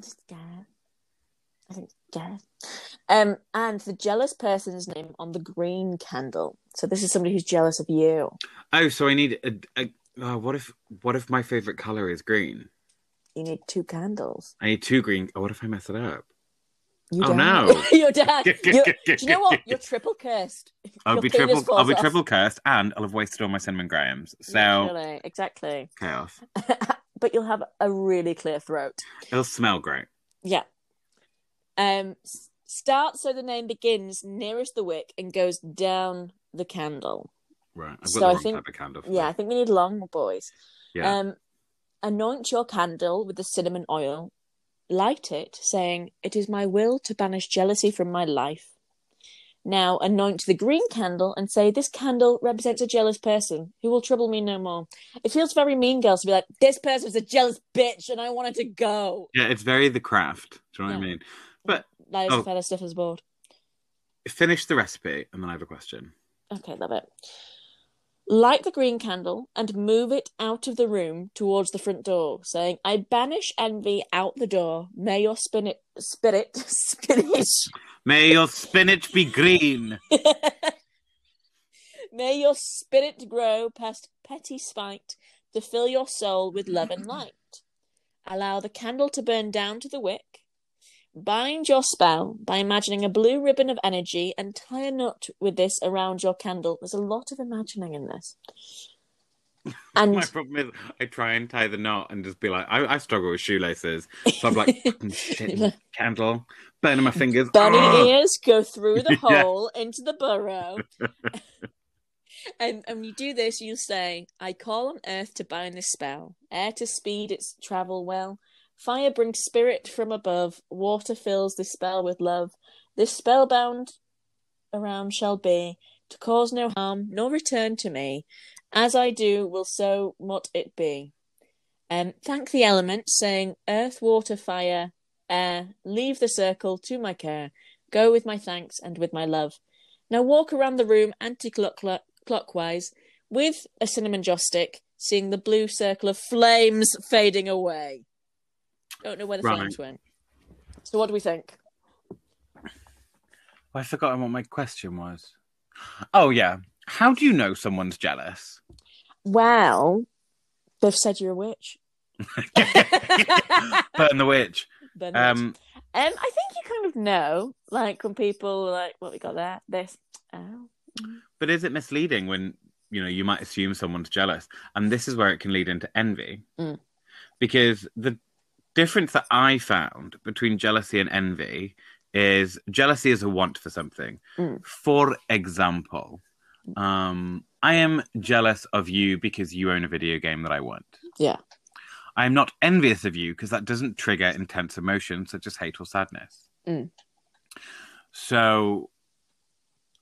S1: Just Gareth. I think Gareth. Um, and the jealous person's name on the green candle. So this is somebody who's jealous of you.
S2: Oh, so I need a. a oh, what if what if my favorite color is green?
S1: You need two candles.
S2: I need two green. Oh, what if I mess it up?
S1: You
S2: Oh,
S1: down? (laughs)
S2: no.
S1: You're down.
S2: (laughs)
S1: You're- do you know what? You're triple cursed.
S2: I'll
S1: Your
S2: be
S1: penis
S2: triple. I'll
S1: falls
S2: be
S1: off.
S2: triple cursed, and I'll have wasted all my cinnamon grams. So
S1: Literally, exactly. (laughs)
S2: chaos.
S1: but you'll have a really clear throat.
S2: It'll smell great.
S1: Yeah. Um, s- start so the name begins nearest the wick and goes down the candle.
S2: Right. I've got
S1: So
S2: the
S1: I
S2: wrong
S1: think-
S2: type of candle. for
S1: Yeah, I
S2: this.
S1: think we need long boys.
S2: Yeah.
S1: Um, anoint your candle with the cinnamon oil, light it, saying, It is my will to banish jealousy from my life. Now anoint the green candle and say, This candle represents a jealous person who will trouble me no more. It feels very mean, girls, to be like, This person's a jealous bitch and I wanted to go.
S2: yeah. It's very the craft. Do you know what
S1: Yeah.
S2: I mean? But
S1: That is
S2: Oh.
S1: the fellow Stiffer's board.
S2: finish the recipe, and then I have a question.
S1: Okay, love it. Light the green candle and move it out of the room towards the front door, saying, I banish envy out the door. May your spirit, spirit, (laughs) spinach,
S2: May your spinach be green.
S1: (laughs) may your spirit grow past petty spite to fill your soul with love and light. Allow the candle to burn down to the wick. Bind your spell by imagining a blue ribbon of energy and tie a knot with this around your candle. There's a lot of imagining in this. (laughs) And
S2: My problem is, I try and tie the knot and just be like, I, I struggle with shoelaces. So
S1: (laughs)
S2: I'm like, fucking shit, candle, burning my fingers.
S1: bunny
S2: Ugh.
S1: ears go through the
S2: Uh, Yeah.
S1: hole into the burrow. (laughs) and, and when you do this, you say, I call on earth to bind this spell, air to speed its travel well, fire brings spirit from above, water fills this spell with love, This spellbound around shall be to cause no harm, nor return to me. As I do, will so mut it be. Um, thank the elements, saying earth, water, fire, air, leave the circle to my care. Go with my thanks and with my love. Now walk around the room anti clockwise with a cinnamon joss stick, seeing the blue circle of flames fading away. Don't know where the
S2: Right.
S1: flames went. So, what do we think?
S2: I've forgotten what my question was. Oh, yeah. How do you know
S1: (laughs)
S2: someone's jealous? (laughs)
S1: Well, they've said you're a witch.
S2: Burn the witch.
S1: They're not.
S2: Um,
S1: Um, I think you kind of know, like when people are like, "What we got there? This." Oh,
S2: but is it misleading when you know you might assume someone's jealous, and this is where it can lead into envy,
S1: Mm.
S2: because the difference that I found between jealousy and envy is jealousy is a want for something.
S1: Mm.
S2: For example, um, I am jealous of you because you own a video game that I want.
S1: Yeah.
S2: I am not envious of you because that doesn't trigger intense emotions such as hate or sadness.
S1: Mm.
S2: So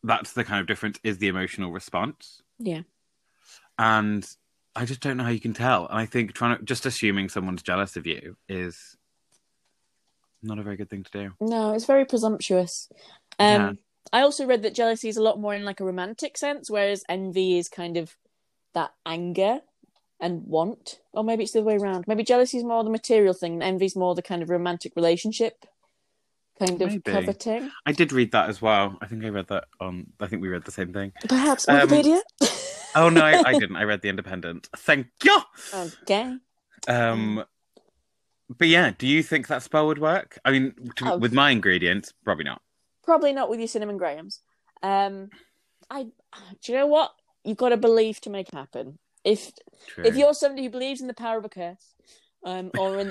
S2: that's the kind of difference is the emotional response.
S1: Yeah.
S2: And I just don't know how you can tell. And I think trying to just assuming someone's jealous of you is not a very good thing to do.
S1: no, it's very presumptuous. Um,
S2: Yeah.
S1: I also read that jealousy is a lot more in like a romantic sense, whereas envy is kind of that anger and want, or maybe it's the other way around. Maybe jealousy is more the material thing, and envy is more the kind of romantic relationship kind of
S2: Maybe.
S1: coveting.
S2: I did read that as well. I think I read that on I think we read the same thing.
S1: Perhaps
S2: Um,
S1: Wikipedia.
S2: Oh no, I, I didn't. I read The Independent. Thank you.
S1: (laughs) okay.
S2: Um but yeah, do you think that spell would work? I mean, to,
S1: Oh.
S2: with my ingredients, probably not.
S1: probably not with your cinnamon grahams. Um, I do you know what you've got to believe to make it happen. If
S2: True.
S1: if you're somebody who believes in the power of a curse, um, or
S2: (laughs)
S1: in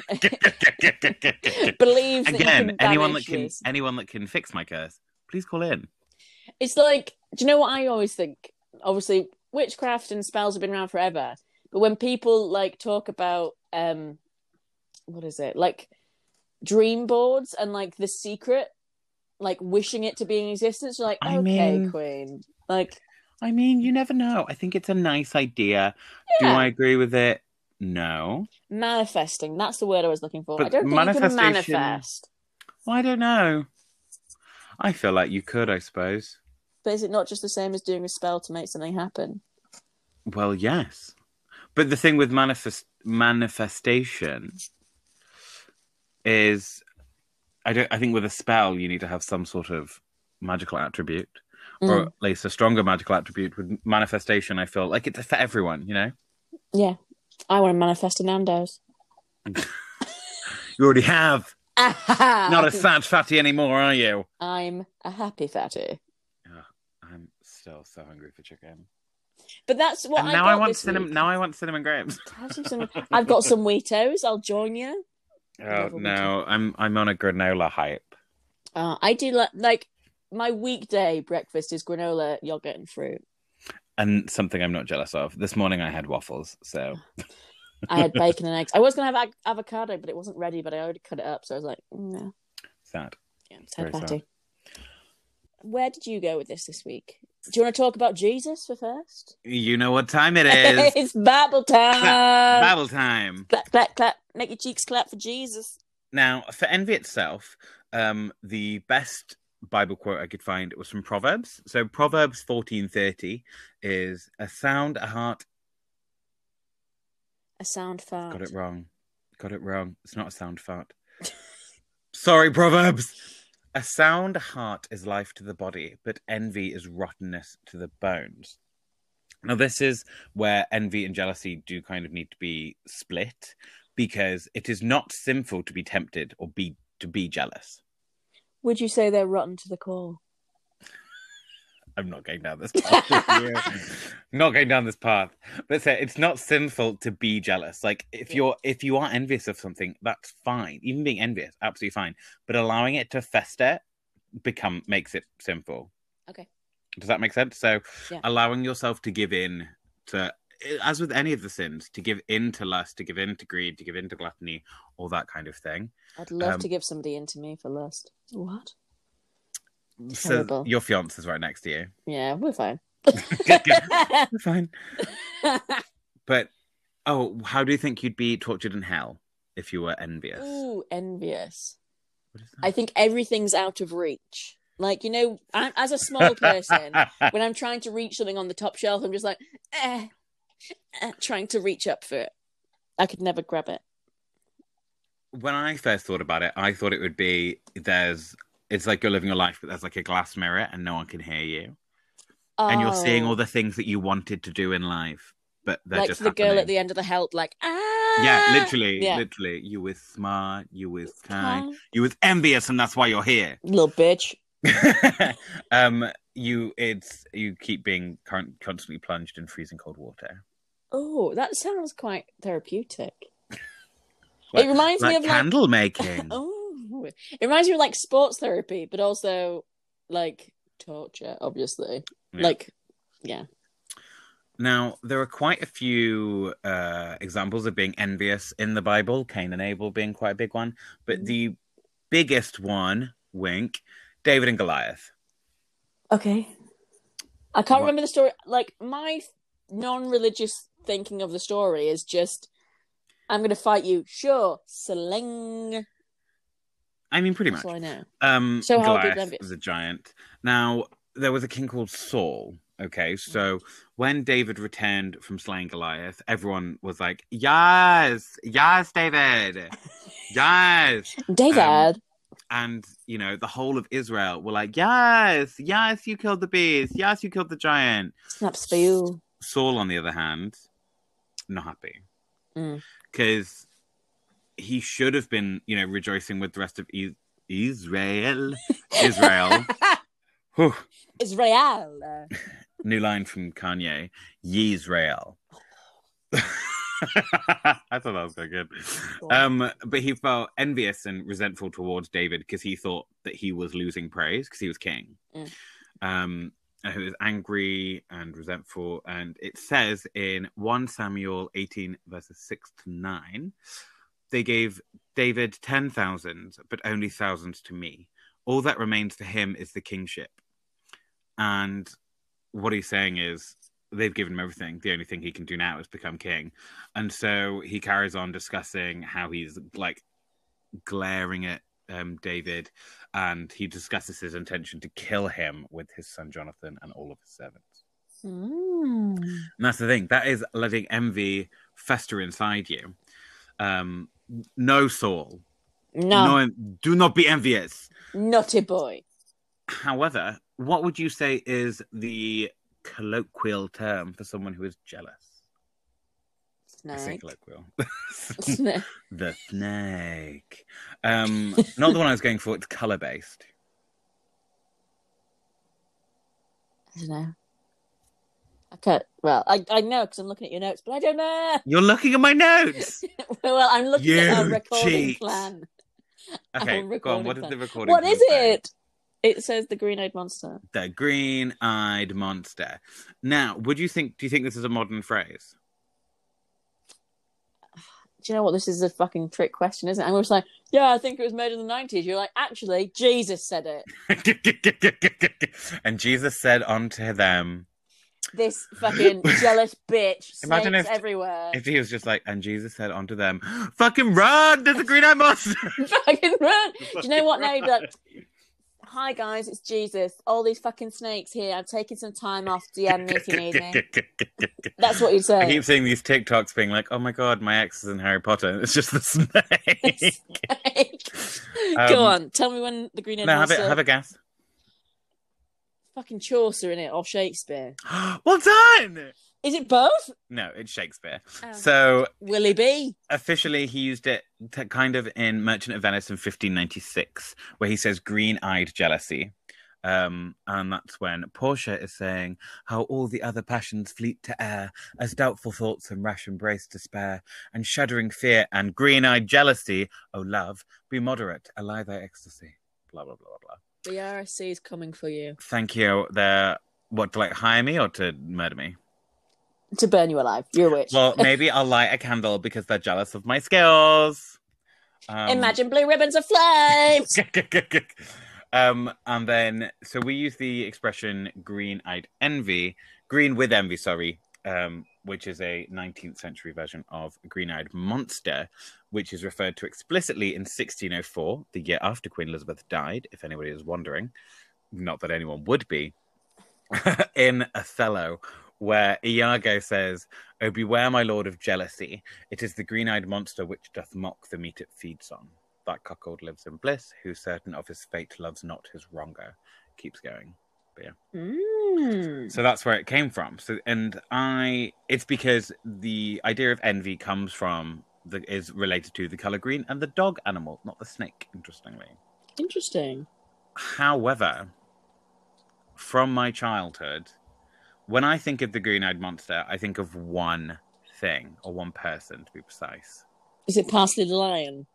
S1: believes that you
S2: Again,
S1: can
S2: anyone
S1: banish
S2: that can
S1: this.
S2: anyone that can fix my curse, please call in.
S1: (laughs) it's like do you know what I always think? Obviously, witchcraft and spells have been around forever, but when people like talk about um, what is it like dream boards and like the secret, like wishing it to be in existence, you're like,
S2: I
S1: okay,
S2: mean-
S1: queen, like
S2: I mean, you never know. I think it's a nice idea. Do
S1: Yeah.
S2: I agree with it? No.
S1: manifesting that's the word i was looking for
S2: But
S1: i don't think you can
S2: manifestation-
S1: manifest
S2: Well, I don't know. I feel like you could, I suppose.
S1: but is it not just the same as doing a spell to make something happen
S2: Well, yes. But the thing with manifest manifestation is I don't I think with a spell you need to have some sort of magical attribute or
S1: Mm,
S2: at least a stronger magical attribute with manifestation I feel like it's for everyone, you know.
S1: yeah i want to manifest a nando's
S2: You already have. (laughs) Not
S1: not
S2: a sad fatty anymore, are you?
S1: i'm a happy fatty
S2: I'm still so hungry for chicken.
S1: but that's what
S2: and
S1: I
S2: now
S1: got
S2: I want
S1: this
S2: cinnamon
S1: week.
S2: now I want
S1: (laughs)
S2: cinnamon grams.
S1: Have some cinnamon- i've got some wheatos i'll join you
S2: Oh
S1: Whatever we
S2: no, I'm I'm on a granola hype.
S1: uh, i do like like my weekday breakfast is granola yogurt and fruit
S2: And something I'm not jealous of. This morning I had waffles, so
S1: (sighs) i
S2: (laughs)
S1: had bacon and eggs i was gonna have ag- avocado but it wasn't ready but i already cut it up so i was like "Mm, no
S2: sad.
S1: Yeah, sad
S2: Very sad.
S1: Patty. Where did you go with this this week? Do you want to talk about Jesus for first? (laughs)
S2: You know what time it is.
S1: it's Bible time.
S2: Bible time.
S1: clap, clap, clap. Make your cheeks clap for Jesus.
S2: Now, for envy itself, um, the best Bible quote I could find was from Proverbs. So Proverbs fourteen thirty is a sound a heart.
S1: A sound fart.
S2: Got it wrong. Got it wrong. It's not a sound fart. (laughs) Sorry, Proverbs. A sound heart is life to the body, but envy is rottenness to the bones. Now, this is where envy and jealousy do kind of need to be split because it is not sinful to be tempted or be to be jealous.
S1: Would you say they're rotten to the core?
S2: I'm not going down this path. with
S1: (laughs)
S2: you. not going down this path. But so it's not sinful to be jealous. Like if
S1: Yeah.
S2: you're if you are envious of something, that's fine. Even being envious, absolutely fine. But allowing it to fester become makes it sinful.
S1: Okay.
S2: Does that make sense? So
S1: Yeah.
S2: allowing yourself to give in to as with any of the sins, to give in to lust, to give in to greed, to give in to gluttony, all that kind of thing.
S1: I'd love
S2: Um,
S1: to give somebody in to me for lust. What?
S2: So
S1: Terrible.
S2: your fiance's right next to you.
S1: Yeah, we're
S2: (laughs)
S1: fine. (laughs)
S2: You're fine. But oh, how do you think you'd be tortured in hell if you were envious?
S1: Ooh, envious.
S2: What is
S1: I think everything's out of reach. Like you know, I, as a small
S2: (laughs)
S1: person,
S2: that?
S1: when I'm trying to reach something on the top shelf, I'm just like, eh, eh, trying to reach up for it. I could never grab it.
S2: when I first thought about it, I thought it would be there's it's like you're living your life, but there's like a glass mirror and no one can hear you, and you're seeing all the things that you wanted to do in life, but they're
S1: Oh. like
S2: just
S1: the girl at
S2: happening.
S1: the end of the help, like ah,
S2: yeah,
S1: (laughs)
S2: literally,
S1: Yeah.
S2: literally, you was smart, you was kind,
S1: Huh?
S2: you was envious, and that's why you're
S1: (laughs)
S2: here. (laughs)
S1: little bitch.
S2: um, you it's you keep being con- constantly plunged in freezing cold water.
S1: Oh, that sounds quite therapeutic.
S2: Like-
S1: it reminds me
S2: like
S1: of
S2: candle
S1: like
S2: making.
S1: (laughs) oh, it reminds me of like sports therapy, but also like torture, obviously.
S2: Yeah.
S1: Like
S2: Now, there are quite a few uh, examples of being envious in the Bible, Cain and Abel being quite a big one, but
S1: Mhm.
S2: the biggest one, wink, David and Goliath.
S1: Okay. I can't
S2: What-
S1: remember the story. Like my non-religious thinking of the story is just, I'm going to fight you. Sure, sling.
S2: I mean, pretty
S1: That's
S2: much.
S1: all I know.
S2: Um,
S1: So how big
S2: Goliath
S1: envious?
S2: was a giant. Now, there was a king called Saul. Okay,
S1: Mm-hmm.
S2: so when David returned from slaying Goliath, everyone was like, Yes,
S1: (laughs)
S2: yes, David, yes.
S1: David.
S2: Um, and you know the whole of Israel were like, "Yes, yes, you killed the beast. Yes, you killed the giant."
S1: snaps for you.
S2: Saul, on the other hand, not happy
S1: Mm.
S2: because he should have been, you know, rejoicing with the rest of I- Israel. (laughs) Israel. Whew.
S1: (laughs) Israel.
S2: New line from Kanye: Yisrael. (laughs) I thought that was quite good. Um, but he felt envious and resentful towards David because he thought that he was losing praise because he was king.
S1: Mm.
S2: Um, and he was angry and resentful. And it says in 1 Samuel 18, verses 6 to 9, they gave David 10,000, but only thousands to me. All that remains to him is the kingship. And what he's saying is they've given him everything. The only thing he can do now is become king. And so he carries on discussing how he's like glaring at um, David and he discusses his intention to kill him with his son Jonathan and all of his servants.
S1: Mm.
S2: And that's the thing. That is letting envy fester inside you. Um, no, Saul.
S1: No,
S2: no, do not be envious.
S1: naughty boy.
S2: However, what would you say is the colloquial term for someone who is jealous? I say
S1: Snake. (laughs)
S2: colloquial.
S1: Snake.
S2: (laughs) the snake. Um, not the one I was going for. It's color based.
S1: I don't know. I can't. Well, I, I know because I'm looking at your notes, but I don't know. (laughs)
S2: You're looking at my notes.
S1: well, I'm looking at our
S2: You
S1: recording
S2: cheat.
S1: plan.
S2: Okay,
S1: I'm
S2: go on.
S1: recording
S2: What did
S1: that.
S2: the recording?
S1: What is
S2: say?
S1: it? It says the green eyed monster.
S2: The green-eyed monster. Now, would you think? Do you think this is a modern phrase? (laughs)
S1: Do you know what? This is a fucking trick question, isn't it? I'm just like, yeah, I think it was made in the 90s. You're like, actually, Jesus said it.
S2: and Jesus said unto them,
S1: This
S2: (laughs)
S1: fucking jealous bitch. Snakes
S2: Imagine if-
S1: everywhere.
S2: if he was just like, and Jesus said unto them, fucking run! There's a green-eyed monster.
S1: (laughs) fucking run. Do you know what? Now you'd be like, hi guys, it's Jesus. All these fucking snakes here. I'm taking some time off. DM me if you need
S2: (laughs)
S1: me. That's what you'd
S2: I
S1: (laughs) say.
S2: keep seeing these TikToks being like, "Oh my god, my ex is in Harry Potter." and It's just the (laughs) snake. Um,
S1: Go on, tell me when the green eyed
S2: now have
S1: monster.
S2: it, have a guess. (gasps)
S1: Fucking Chaucer in it or Shakespeare.
S2: well done.
S1: Is it both?
S2: No, it's Shakespeare.
S1: Oh.
S2: So
S1: Will he be?
S2: officially, he used it to kind of in Merchant of Venice in 1596, where he says "green-eyed jealousy." Um, and that's when Portia is saying how all the other passions fleet to air, as doubtful thoughts and rash embrace despair, and shuddering fear and green-eyed jealousy. O love, be moderate, ally thy ecstasy. Blah blah blah blah blah.
S1: The E RSC is coming for you
S2: Thank you. They're what to like hire me or to murder me?
S1: to burn you alive. You're a witch.
S2: Well, maybe I'll (laughs) light a candle because they're jealous of my skills. Um,
S1: (laughs) Imagine blue ribbons of flames.
S2: um, (laughs) Um, and then, so we use the expression green eyed envy, green with envy, sorry, um, which is a 19th century version of green eyed monster, which is referred to explicitly in 1604, the year after Queen Elizabeth died, if anybody is wondering. Not that anyone would be. (laughs) in Othello, where Iago says, Oh, beware, my lord, of jealousy. It is the green eyed monster which doth mock the meat it feeds on. That cuckold lives in bliss, who certain of his fate loves not his wronger. Keeps going.
S1: Mm.
S2: So that's where it came from. So, and I, it's because the idea of envy comes from the is related to the color green and the dog animal, not the snake. Interestingly,
S1: Interesting.
S2: however, from my childhood, when I think of the green-eyed monster, I think of one thing or one person, to be precise.
S1: Is it Parsley the Lion?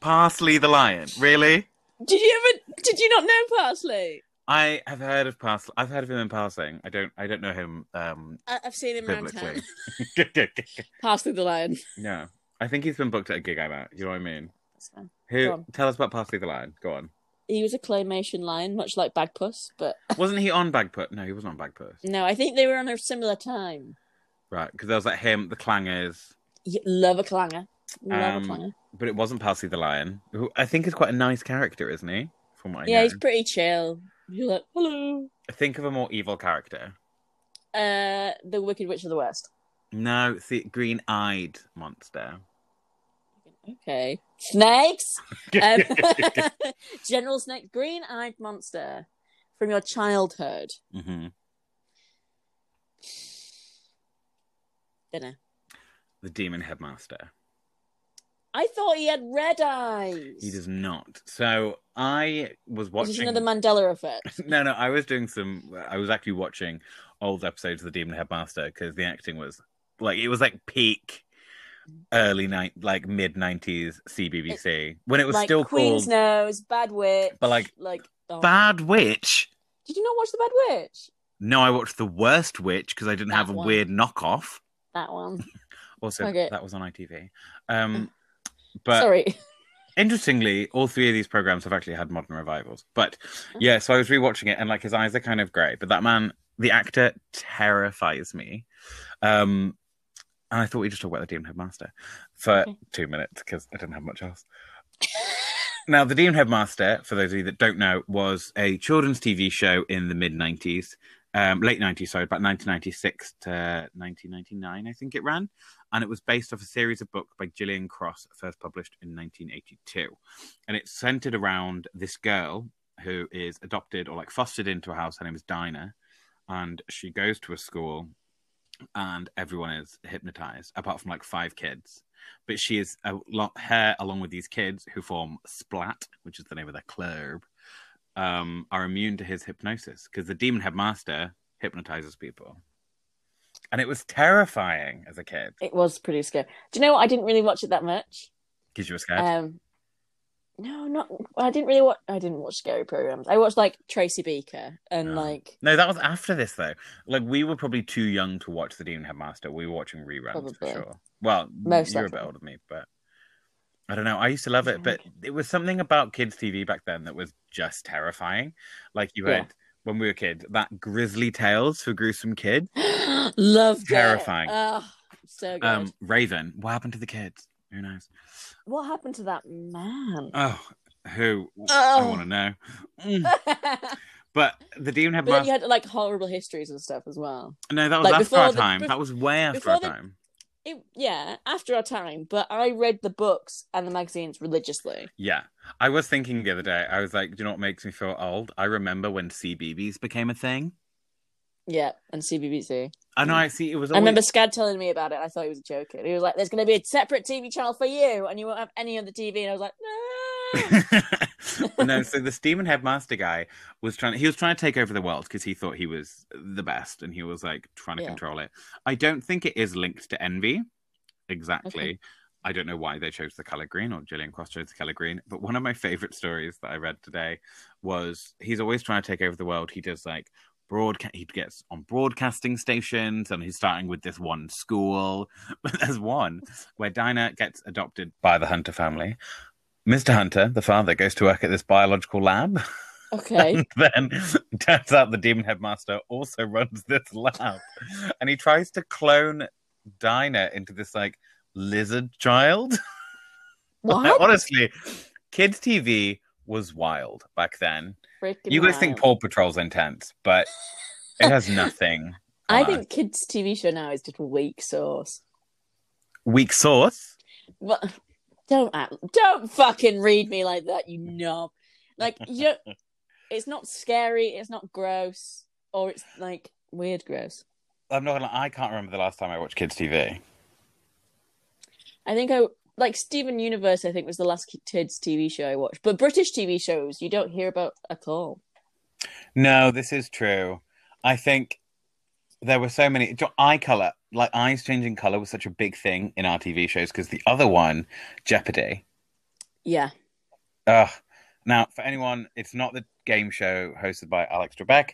S2: Parsley the lion, really?
S1: Did you ever? Did you not know Parsley?
S2: I have heard of Parsley. I've heard of him in passing. I don't. I don't know him um,
S1: I, I've seen him around town.
S2: biblically.
S1: (laughs) Parsley the Lion.
S2: (laughs) no, I think he's been booked at a gig I'm at. You know what I mean?
S1: That's fine. Go
S2: Who?
S1: on.
S2: Tell us about Parsley the Lion. Go on.
S1: He was a claymation lion, much like Bagpuss, but
S2: Wasn't he on Bagput? No, he wasn't on Bagput.
S1: (laughs) no, I think they were on a similar time.
S2: Right, because there was like him, the Clangers,
S1: Y- Love a clanger. Love
S2: Um,
S1: a clanger.
S2: but it wasn't Parsley the Lion, who I think is quite a nice character, isn't he? From what I
S1: Yeah,
S2: know,
S1: he's pretty chill. You're like, hello.
S2: I think of a more evil character.
S1: Uh, the Wicked Witch of the West.
S2: No, it's the green-eyed monster.
S1: Okay. Snakes. Um, (laughs) General Snake, green-eyed monster from your childhood.
S2: hmm
S1: Dinner.
S2: The demon headmaster.
S1: I thought he had red eyes.
S2: He does not. So I was
S1: This is
S2: watching.
S1: another Mandela
S2: (laughs)
S1: effect.
S2: no, no, I was doing some. I was actually watching old episodes of The Demon Headmaster because the acting was like it was like peak early night, like mid nineties CBBC when it was
S1: like
S2: still
S1: Queen's
S2: called
S1: Nose, Bad Witch.
S2: But, like,
S1: like oh.
S2: Bad Witch.
S1: Did you not watch the Bad Witch?
S2: No, I watched The Worst Witch because I didn't
S1: That
S2: have a
S1: one.
S2: weird knockoff.
S1: That one.
S2: Also,
S1: Okay.
S2: that was on ITV. Um, but
S1: Sorry. (laughs)
S2: interestingly, all three of these programs have actually had modern revivals. But yeah, so I was rewatching it, and like his eyes are kind of grey, but that man, the actor, terrifies me. Um, and I thought we just talked about the Demon Headmaster for
S1: Okay.
S2: two minutes because I didn't have much else. (laughs) Now, The Demon Headmaster, for those of you that don't know, was a children's TV show in the mid 90s, um, late 90s, sorry, about 1996 to 1999, I think it ran. And it was based off a series of books by Gillian Cross, first published in 1982. And it's centered around this girl who is adopted or like fostered into a house. Her name is Dinah. And she goes to a school and everyone is hypnotized, apart from like five kids. But she is a lot her along with these kids who form Splat, which is the name of their club, um, are immune to his hypnosis because the demon headmaster hypnotizes people. And it was terrifying as a kid.
S1: It was pretty scary. Do you know what? I didn't really watch it that much.
S2: Because you were scared.
S1: Um, no, not. I didn't really watch. I didn't watch scary programs. I watched like Tracy Beaker and
S2: Ah.
S1: like
S2: no, that was after this though. Like we were probably too young to watch the Demon Headmaster. We were watching reruns for
S1: Probably.
S2: sure. Well,
S1: Most
S2: you're a bit
S1: definitely.
S2: older than me, but I don't know. I used to love it, but it was something about kids' TV back then that was just terrifying. Like you
S1: Yeah.
S2: had when we were kids, that Grizzly Tales for gruesome kids.
S1: loved it.
S2: Terrifying.
S1: Oh, so good.
S2: Um, Raven. What happened to the kids? Who knows?
S1: what happened to that man?
S2: Oh, who? I
S1: Oh.
S2: want to know. Mm.
S1: (laughs) but
S2: But the Demon
S1: then
S2: Headmaster.
S1: you had like horrible histories and stuff as well.
S2: No, that was
S1: like,
S2: after
S1: before
S2: our
S1: the-
S2: time.
S1: bef-
S2: that was way after
S1: before
S2: our
S1: the-
S2: time.
S1: It, yeah, after our time, but I read the books and the magazines religiously.
S2: Yeah. I was thinking the other day, I was like, do you know what makes me feel old? I remember when CBBS became a thing.
S1: Yeah, and CBBC.
S2: I know, I see it was
S1: Mm. I
S2: always,
S1: remember Scad telling me about it. I thought he was joking. He was like, "There's going to be a separate TV channel for you, and you won't have any other TV." And I was like, "No." (laughs)
S2: (laughs) no, so the Steam and Headmaster guy was trying, he was trying to take over the world because he thought he was the best and he was like trying to
S1: Yeah.
S2: control it. I don't think it is linked to envy exactly.
S1: Okay.
S2: I don't know why they chose the color green or Gillian Cross chose the color green, but one of my favorite stories that I read today was he's always trying to take over the world. He does like broadcast, he gets on broadcasting stations and he's starting with this one (laughs) school. But there's one where Dinah gets adopted by the Hunter family Mr. Hunter, the father, goes to work at this biological lab.
S1: Okay.
S2: And (laughs) then it turns out the demon headmaster also runs this lab. And he tries to clone Dinah into this like lizard child. (laughs)
S1: What?
S2: Honestly, kids' TV was wild back then.
S1: Freaking
S2: you guys think
S1: wild.
S2: Paw Patrol's intense, but it
S1: (laughs)
S2: has nothing.
S1: I
S2: on us.
S1: think kids' TV show now is just weak sauce.
S2: weak sauce.
S1: What? (laughs) Don't act, don't fucking read me like that, you knob.
S2: (laughs)
S1: Like you, don't, it's not scary. It's not gross, or it's like weird gross.
S2: I'm not gonna. lie, I can't remember the last time I watched kids' TV.
S1: I think I like Steven Universe. I think was the last kids TV show I watched. But British TV shows you don't hear about at all.
S2: No, this is true. I think there were so many. do- Eye color, like eyes changing color, was such a big thing in our TV shows because the other one, Jeopardy.
S1: Yeah,
S2: Ugh. Now, for anyone, it's not the game show hosted by Alex Trebek.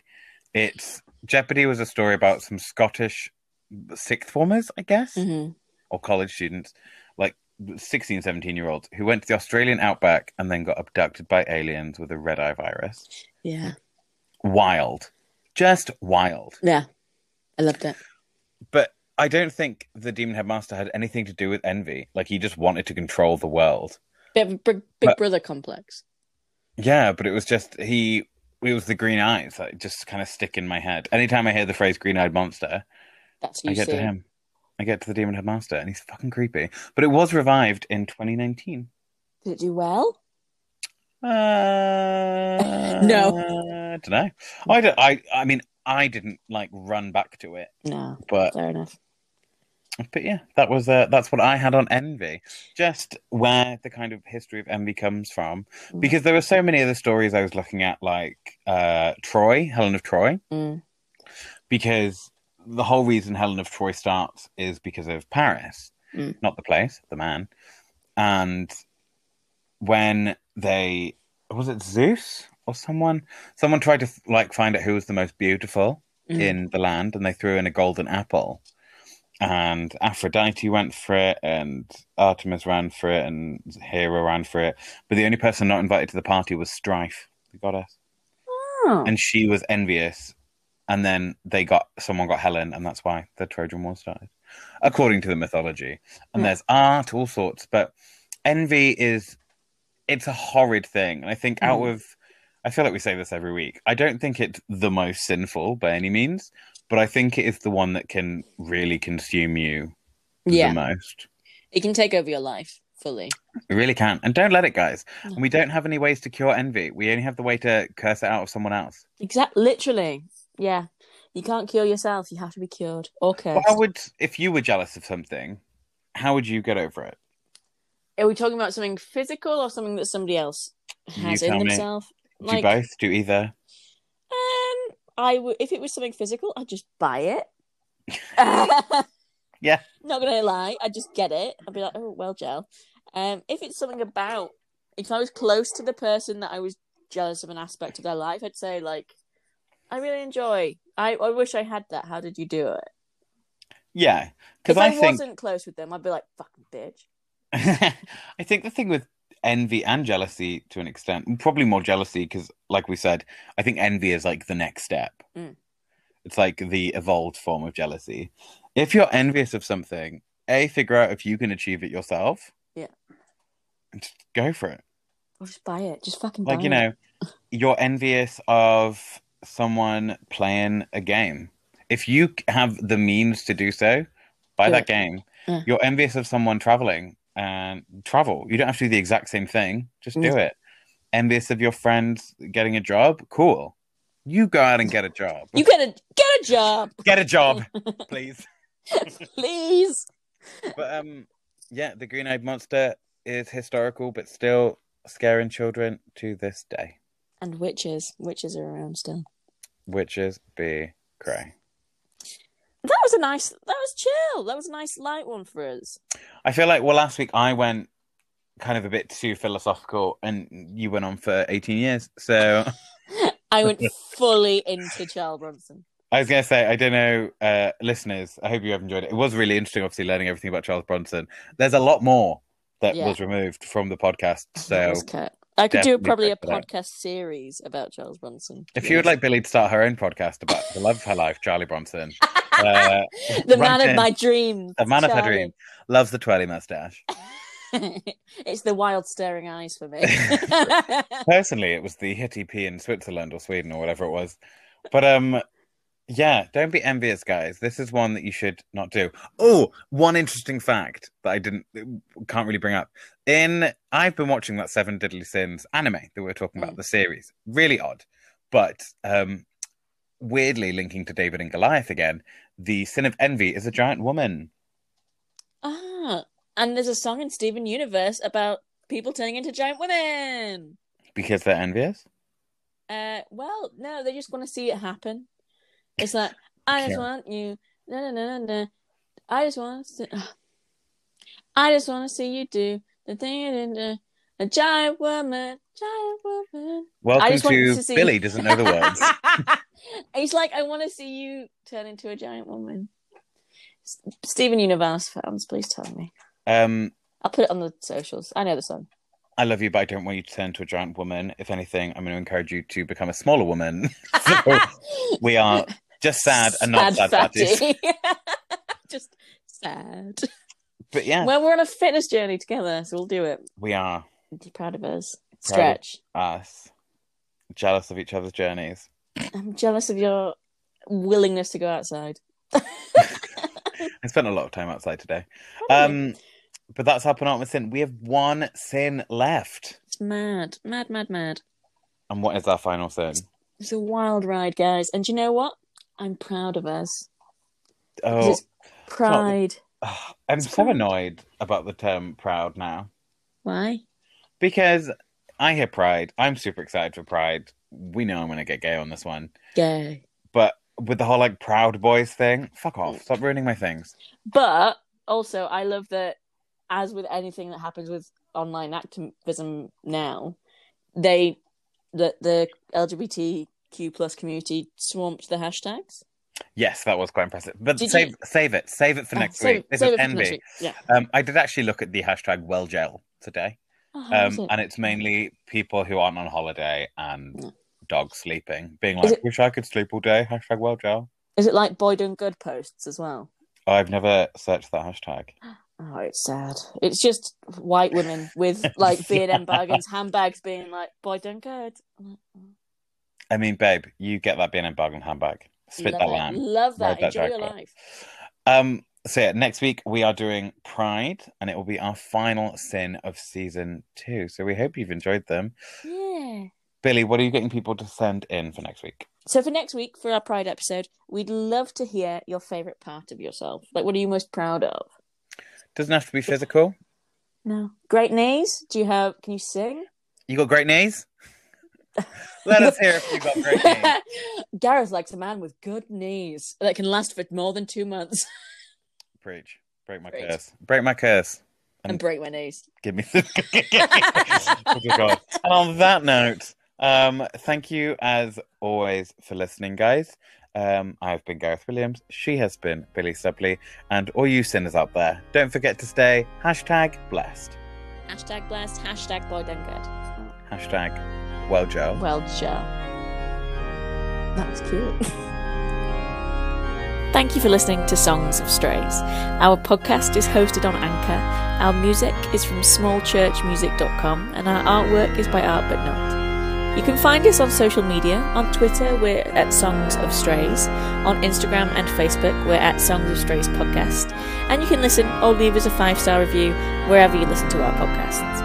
S2: It's Jeopardy was a story about some Scottish sixth formers, I guess,
S1: hmm
S2: or college students, like 16, 17 year olds, who went to the Australian outback and then got abducted by aliens with a red eye virus.
S1: yeah,
S2: wild, just wild.
S1: yeah. I loved it.
S2: But I don't think the demon headmaster had anything to do with envy. Like he just wanted to control the world.
S1: Bit of a big, big
S2: But-
S1: brother complex.
S2: Yeah, but it was just he. It was the green eyes that just kind of stick in my head. Anytime I hear the phrase "green eyed monster,"
S1: That's
S2: I
S1: you
S2: get
S1: see.
S2: to him. I get to the demon headmaster, and he's fucking creepy. But it was revived in 2019.
S1: Did it do well? (laughs)
S2: Uh, I don't know. I don't. I. I mean, I didn't like run back to it,
S1: No,
S2: but
S1: fair enough.
S2: But yeah, that was uh, that's what I had on envy. Just where the kind of history of envy comes from,
S1: Mm.
S2: because there were so many other stories I was looking at, like uh, Troy, Helen of Troy,
S1: Mm.
S2: because the whole reason Helen of Troy starts is because of Paris,
S1: Mm.
S2: not the place, the man. And when they was it Zeus or someone, someone tried to like find out who was the most beautiful
S1: Mm.
S2: in the land, and they threw in a golden apple. And Aphrodite went for it, and Artemis ran for it, and Hera ran for it. But the only person not invited to the party was Strife, the goddess
S1: Oh.
S2: and she was envious and then they got someone got helen and that's why the trojan war started according to the mythology and
S1: Yeah.
S2: there's art all sorts but envy is it's a horrid thing and i think out
S1: Mm.
S2: of i feel like we say this every week i don't think it's the most sinful by any means but i think it is the one that can really consume you
S1: yeah,
S2: the most
S1: it can take over your life fully.
S2: it really can and don't let it guys
S1: No.
S2: and we don't have any ways to cure envy we only have the way to curse it out of someone else
S1: Exactly. Literally. Yeah. You can't cure yourself. You have to be cured or
S2: Well,
S1: cursed.
S2: how would if you were jealous of something, how would you get over it?
S1: Are we talking about something physical or something that somebody else has
S2: You
S1: in
S2: tell me.
S1: themselves?
S2: Do both? Do either?
S1: Um, I would if it was something physical, I'd just buy it.
S2: (laughs)
S1: (laughs)
S2: Yeah.
S1: Not gonna lie, I'd just get it. I'd be like, oh well, gel. Um, if it's something about, if I was close to the person that I was jealous of an aspect of their life, I'd say like, I really enjoy. I I wish I had that. How did you do it?
S2: Yeah,
S1: If
S2: because
S1: I,
S2: I, think
S1: wasn't close with them, I'd be like, fucking bitch.
S2: (laughs) I think the thing with envy and jealousy to an extent, probably more jealousy because, like we said, I think envy is like the next step.
S1: Mm.
S2: It's like the evolved form of jealousy. If you're envious of something, a figure out if you can achieve it yourself.
S1: Yeah.
S2: And just go for it.
S1: Or just buy it. Just fucking buy
S2: like you
S1: it.
S2: know you're envious of someone playing a game if you c- have the means to do so buy
S1: Do
S2: that
S1: it.
S2: game
S1: Yeah.
S2: you're envious of someone traveling and travel you don't have to do the exact same thing just do it envious of your friends getting a job cool you go out and get a job
S1: You get a get a job,
S2: get
S1: (laughs)
S2: a job please
S1: please.
S2: but um yeah the green-eyed monster is historical but still scaring children to this day
S1: And witches, witches are around still.
S2: witches be cray
S1: That was a nice. That was chill. That was a nice light one for us. (laughs)
S2: I feel like well last week I went kind of a bit too philosophical and you went on for 18 years. So (laughs)
S1: I went fully into Charles Bronson.
S2: I was going to say I don't know uh listeners, I hope you have enjoyed it. It was really interesting obviously learning everything about Charles Bronson. There's a lot more that
S1: Yeah.
S2: was removed from the
S1: (laughs)
S2: podcast. So
S1: That's cut. I could do
S2: definitely
S1: probably a
S2: cut that.
S1: podcast series about Charles Bronson. to
S2: if
S1: be
S2: you would like
S1: (laughs) honest.
S2: Billy to start her own podcast about the love of her life, Charlie
S1: (laughs)
S2: Bronson, uh,
S1: the man
S2: Ranting.
S1: of my dreams,
S2: the man of her
S1: Charlie.
S2: dream, loves the twirly mustache.
S1: (laughs) it's the wild staring eyes for
S2: (laughs)
S1: me. (laughs)
S2: Personally, it was the hitty pee in Switzerland or Sweden or whatever it was. But um, yeah, don't be envious, guys. This is one that you should not do. Oh, one interesting fact that I didn't can't really bring up. In I've been watching that Seven Deadly Sins anime that we were talking about
S1: Mm.
S2: the series. Really odd, but um, weirdly linking to David and Goliath again. The sin of envy is a giant woman.
S1: ah, and there's a song in Steven Universe about people turning into giant women.
S2: Because they're envious?
S1: Uh, well, no, they just want to see it happen. It's like I just
S2: Yeah.
S1: want you. No, no, no, no, no. I just want to. I just want to see you do the thing. you didn't do. A giant woman, giant woman. I
S2: Welcome
S1: just wanted
S2: to,
S1: to see-
S2: Billy doesn't know the
S1: (laughs)
S2: words.
S1: He's like, I want to see you turn into a giant woman. S- Steven Universe fans, please tell me.
S2: um,
S1: I'll put it on the socials. I know the song.
S2: I love you, but I don't want you to turn to a giant woman. If anything, I'm going to encourage you to become a smaller woman. (laughs)
S1: (laughs)
S2: So we are just sad and not sad parties.
S1: fatty. (laughs) Just sad.
S2: But yeah,
S1: Well, we're on a fitness journey together, so we'll do it.
S2: we are
S1: Be proud of us.
S2: Proud of-
S1: Stretch.
S2: us, jealous of each other's journeys.
S1: I'm jealous of your willingness to go outside.
S2: I spent a lot of time outside today. Um, but that's our penultimate sin. We have one sin left.
S1: it's mad, mad, mad, mad.
S2: And what is our final sin?
S1: It's a wild ride, guys. And do you know what? I'm proud of us.
S2: Oh,
S1: It's pride.
S2: ugh, (sighs) I'm
S1: it's
S2: so
S1: proud.
S2: annoyed about the term proud now.
S1: Why?
S2: because I hear Pride. I'm super excited for Pride. We know I'm going to get gay on this one,
S1: Gay.
S2: but with the whole like proud boys thing, fuck
S1: Mm.
S2: off. Stop ruining my things.
S1: But also, I love that, as with anything that happens with online activism now, they the the LGBTQ plus community swamped the hashtags.
S2: Yes, that was quite impressive. But
S1: Did
S2: save save it. Save it for
S1: Oh,
S2: next
S1: save-
S2: week. This
S1: save
S2: is
S1: it for next
S2: envy.
S1: week. Yeah.
S2: Um, I did actually look at the hashtag WellGel today,
S1: Oh, how
S2: um,
S1: was it?
S2: and it's mainly people who aren't on holiday and
S1: Yeah.
S2: dogs sleeping, being
S1: Mm. Is
S2: like,
S1: it-
S2: "Wish I could sleep all day." Hashtag WellGel.
S1: Is it like boy done good posts as well?
S2: I've never searched that hashtag.
S1: Oh, it's sad. It's just white women
S2: (laughs)
S1: with like B and M bargains, handbags being like boy done good. I'm like, oh,
S2: I mean, babe, you get that being in bargain handbag. Spit
S1: love
S2: that
S1: it.
S2: lamb.
S1: Love that.
S2: Ride that
S1: Enjoy your
S2: jackpot.
S1: life.
S2: Um, so yeah, next week we are doing Pride, and it will be our final sin of season two. So we hope you've enjoyed them.
S1: Yeah.
S2: Billy, what are you getting people to send in for next week?
S1: So for next week for our Pride episode, we'd love to hear your favorite part of yourself. Like, what are you most proud of?
S2: Doesn't have to be physical.
S1: No. Great knees? Do you have? Can you sing?
S2: You got great knees. Let us hear if you got great
S1: (laughs)
S2: knees.
S1: Gareth likes a man with good knees that can last for more than two months
S2: Preach, break my
S1: Preach.
S2: curse, break my curse.
S1: and, break my knees.
S2: (laughs) Give me some. Oh, good God. And on that note, um, thank you as always for listening, guys. Um, I've been Gareth Williams. She has been Billy Subley. And all you sinners out there, don't forget to stay hashtag blessed.
S1: Hashtag blessed. Hashtag boy done good.
S2: Hashtag well, Joe.
S1: Well, Joe. That was cute. (laughs) Thank you for listening to Songs of Strays. Our podcast is hosted on Anchor. Our music is from smallchurchmusic.com and our artwork is by Art But Not. You can find us on social media. On Twitter, we're at Songs of Strays. On Instagram and Facebook, we're at Songs of Strays Podcast. And you can listen or leave us a five star review wherever you listen to our podcasts.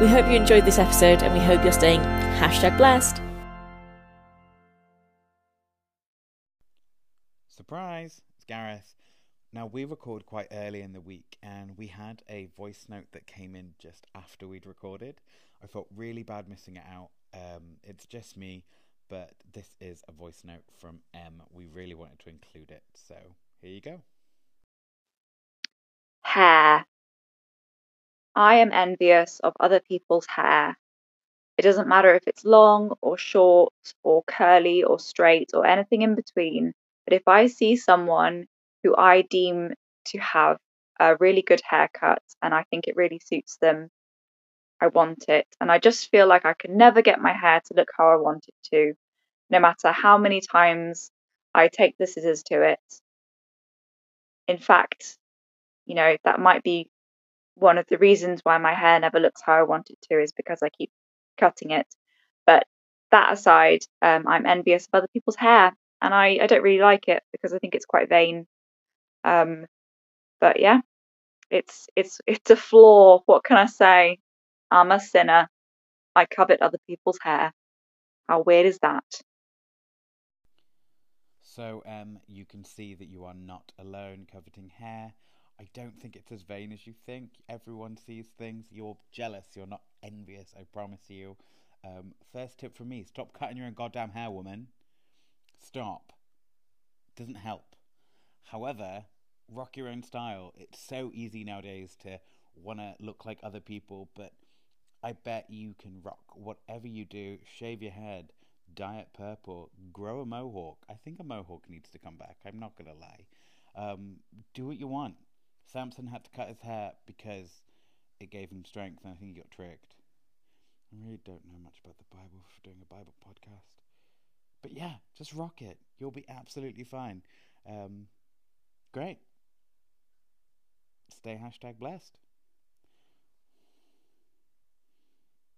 S1: We hope you enjoyed this episode and we hope you're staying hashtag blessed.
S2: Surprise, it's Gareth. Now, we record quite early in the week and we had a voice note that came in just after we'd recorded. I felt really bad missing it out. Um, it's just me, but this is a voice note from M. We really wanted to include it, so here you go.
S4: hair. I am envious of other people's hair. It doesn't matter if it's long or short or curly or straight or anything in between, but if I see someone who I deem to have uh, really good haircuts, and I think it really suits them. I want it, and I just feel like I can never get my hair to look how I want it to, no matter how many times I take the scissors to it. In fact, you know, that might be one of the reasons why my hair never looks how I want it to is because I keep cutting it. But that aside, um, I'm envious of other people's hair and I, I don't really like it because I think it's quite vain. Um, but yeah, it's it's (laughs) it's a flaw. What can I say? I'm a sinner. I covet other people's hair. How weird is that?
S2: So um, you can see that you are not alone coveting hair. I don't think it's as vain as you think. Everyone sees things. You're jealous. You're not envious. I promise you. Um, first tip from me: stop cutting your own goddamn hair, woman. Stop. Doesn't help. However, rock your own style. It's so easy nowadays to want to look like other people, but I bet you can rock whatever you do. Shave your head, dye it purple, grow a mohawk. I think a mohawk needs to come back. I'm not gonna lie. Um, do what you want. Samson had to cut his hair because it gave him strength, and I think he got tricked. I really don't know much about the Bible for doing a Bible podcast, but yeah, just rock it. You'll be absolutely fine. Um, great. Stay hashtag blessed.